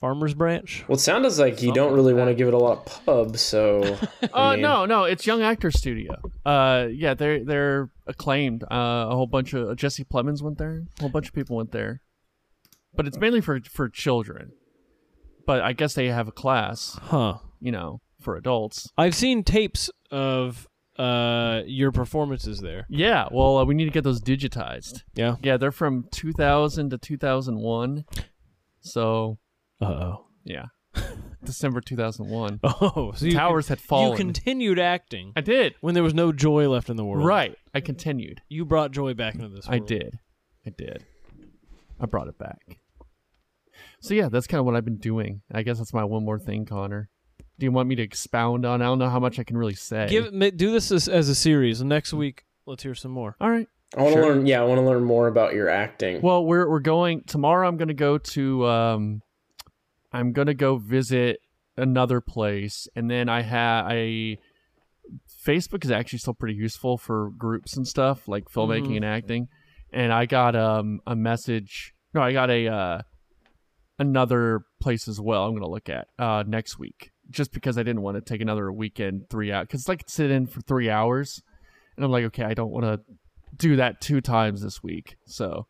Speaker 3: Farmers Branch.
Speaker 4: Well, it sounded like you don't really want to give it a lot of pub, so.
Speaker 2: Uh,
Speaker 4: I mean,
Speaker 2: no, no, it's Young Actor Studio. Uh, yeah, they're they're acclaimed. Uh, a whole bunch of Jesse Plemons went there. A whole bunch of people went there, but it's mainly for for children. But I guess they have a class,
Speaker 3: Huh.
Speaker 2: you know, for adults.
Speaker 3: I've seen tapes of uh your performances there.
Speaker 2: Yeah, well, uh, we need to get those digitized.
Speaker 3: Yeah.
Speaker 2: Yeah, they're from 2000 to 2001. So
Speaker 3: Uh oh.
Speaker 2: yeah, December 2001.
Speaker 3: Oh, so you
Speaker 2: Towers had
Speaker 3: you
Speaker 2: fallen.
Speaker 3: continued acting
Speaker 2: I did.
Speaker 3: when there was no joy left in the world.
Speaker 2: Right. I continued.
Speaker 3: You brought joy back into this.
Speaker 2: I
Speaker 3: World.
Speaker 2: did. I did. I brought it back. So yeah, that's kind of what I've been doing. I guess that's my one more thing, Connor. Do you want me to expound on? I don't know how much I can really say.
Speaker 3: Give ma- do this as, as a series. Next week, let's hear some more.
Speaker 2: All right.
Speaker 4: I want to
Speaker 2: Sure.
Speaker 4: learn. Yeah, I want to learn more about your acting.
Speaker 2: Well, we're we're going tomorrow. I'm gonna go to um, I'm gonna go visit another place, and then I have I. Facebook is actually still pretty useful for groups and stuff like filmmaking
Speaker 3: Mhm.
Speaker 2: and acting, and I got um a message. No, I got a uh another place as well. I'm gonna look at uh next week just because I didn't want to take another weekend three out because like sit in for three hours, and I'm like okay I don't want to do that two times this week so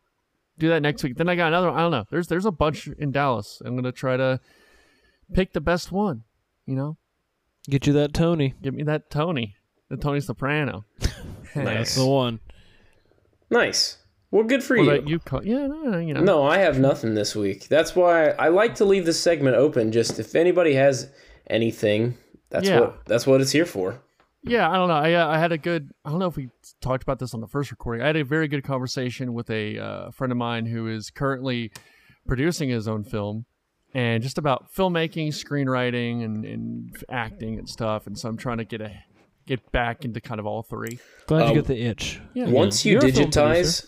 Speaker 2: do that next week. Then I got another. One. I don't know. There's there's a bunch in Dallas. I'm gonna try to pick the best one. You know,
Speaker 3: Get you that Tony.
Speaker 2: give me that Tony, the Tony Soprano.
Speaker 3: That's the one.
Speaker 4: nice. Well, good for
Speaker 2: What
Speaker 4: you.
Speaker 2: about you? Con- yeah, no, no, you know.
Speaker 4: No, I have nothing this week. That's why I like to leave this segment open. Just if anybody has anything, that's
Speaker 2: Yeah.
Speaker 4: what that's what it's here for.
Speaker 2: Yeah, I don't know. I uh, I had a good. I don't know if we talked about this on the first recording. I had a very good conversation with a uh, friend of mine who is currently producing his own film, and just about filmmaking, screenwriting, and, and acting and stuff. And so I'm trying to get a get back into kind of all three.
Speaker 3: Glad
Speaker 4: Um,
Speaker 3: you got the itch.
Speaker 2: Yeah.
Speaker 4: Once you
Speaker 2: You're a film producer.
Speaker 4: digitize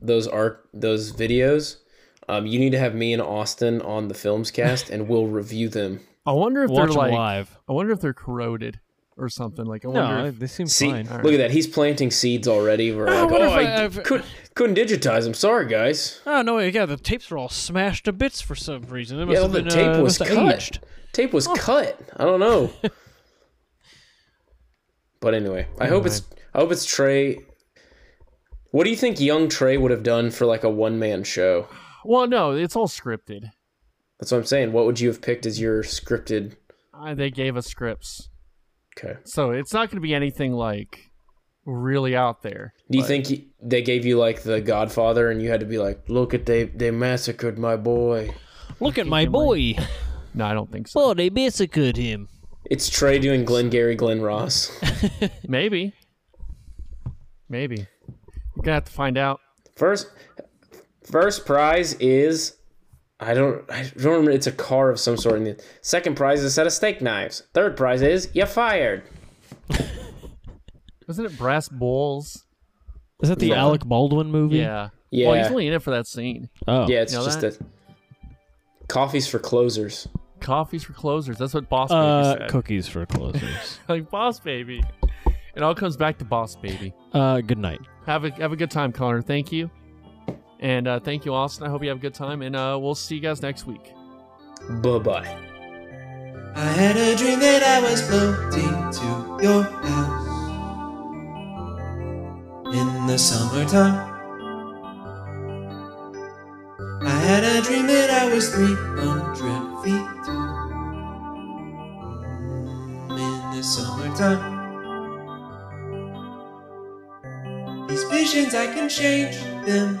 Speaker 4: those art those videos, um, you need to have me and Austin on the films cast, and we'll review them.
Speaker 2: I wonder if
Speaker 3: Watch
Speaker 2: they're
Speaker 3: 'em
Speaker 2: like.
Speaker 3: live.
Speaker 2: I wonder if they're corroded or something. Like I wonder.
Speaker 3: No,
Speaker 2: if,
Speaker 3: they seem
Speaker 4: See,
Speaker 3: fine.
Speaker 4: look at that. He's planting seeds already. We're like,
Speaker 3: wonder if
Speaker 4: oh,
Speaker 3: I-
Speaker 4: I,
Speaker 3: I've-
Speaker 4: could, couldn't digitize. I'm sorry, guys.
Speaker 3: Oh no! Yeah, the tapes were all smashed to bits for some reason. It must
Speaker 4: Yeah,
Speaker 3: have
Speaker 4: the
Speaker 3: been,
Speaker 4: tape
Speaker 3: uh,
Speaker 4: was
Speaker 3: must have
Speaker 4: cut.
Speaker 3: aged.
Speaker 4: Tape was cut. I don't know. but anyway, I hope it's I hope it's Trey. What do you think young Trey would have done for like a one man show?
Speaker 2: well, no, it's all scripted.
Speaker 4: That's what I'm saying. What would you have picked as your scripted?
Speaker 2: Uh, they gave us scripts,
Speaker 4: Okay.
Speaker 2: so it's not going to be anything like really out there.
Speaker 4: Do you think y- they gave you like the Godfather and you had to be like, look at they they massacred my boy?
Speaker 3: Look at my boy.
Speaker 2: No, I don't think so.
Speaker 3: Oh, they massacred him.
Speaker 4: It's Trey doing Glenn Gary Glenn Ross.
Speaker 2: Maybe. Maybe. We're gonna have to find out.
Speaker 4: First, first prize is I don't I don't remember. It's a car of some sort. And the second prize is a set of steak knives. Third prize is you're fired.
Speaker 2: Isn't it Brass Balls?
Speaker 3: Is that the Alec Baldwin movie?
Speaker 2: Yeah.
Speaker 4: Yeah.
Speaker 2: Well, he's only in it for that scene.
Speaker 3: Oh.
Speaker 4: Yeah, it's
Speaker 2: know
Speaker 4: just
Speaker 2: that?
Speaker 4: that. Coffee's for closers.
Speaker 2: Coffees for closers. That's what Boss Baby
Speaker 3: Uh,
Speaker 2: said.
Speaker 3: cookies for closers.
Speaker 2: like Boss Baby. It all comes back to Boss Baby.
Speaker 3: uh, good night.
Speaker 2: Have a have a good time, Connor. Thank you, and uh, thank you, Austin. I hope you have a good time, and uh, we'll see you guys next week.
Speaker 4: Bye bye.
Speaker 5: I had a dream that I was floating to your house in the the summertime. I had a dream that I was 300 feet tall. Mm, In the summertime. These visions, I can change them,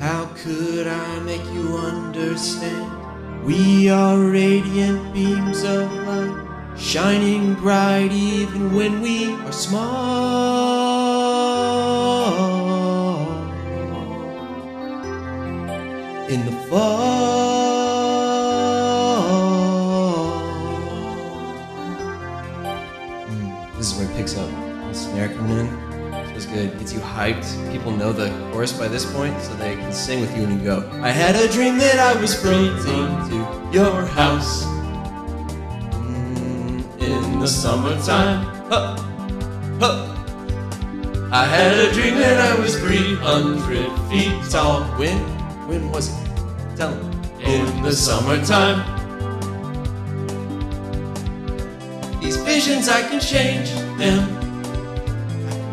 Speaker 5: How could I make you understand? We are radiant beams of light, shining bright even when we are small. In the fall. Mm, this is where it picks up. The snare coming in. This was good. Gets you hyped. People know the chorus by this point, so they can sing with you when you go. I had a dream that I was floating to your house Mm, in the summertime. Huh. Huh. I had a dream that I was 300 feet tall. When? When was it? Tell me. In the summertime. These visions, I can change them,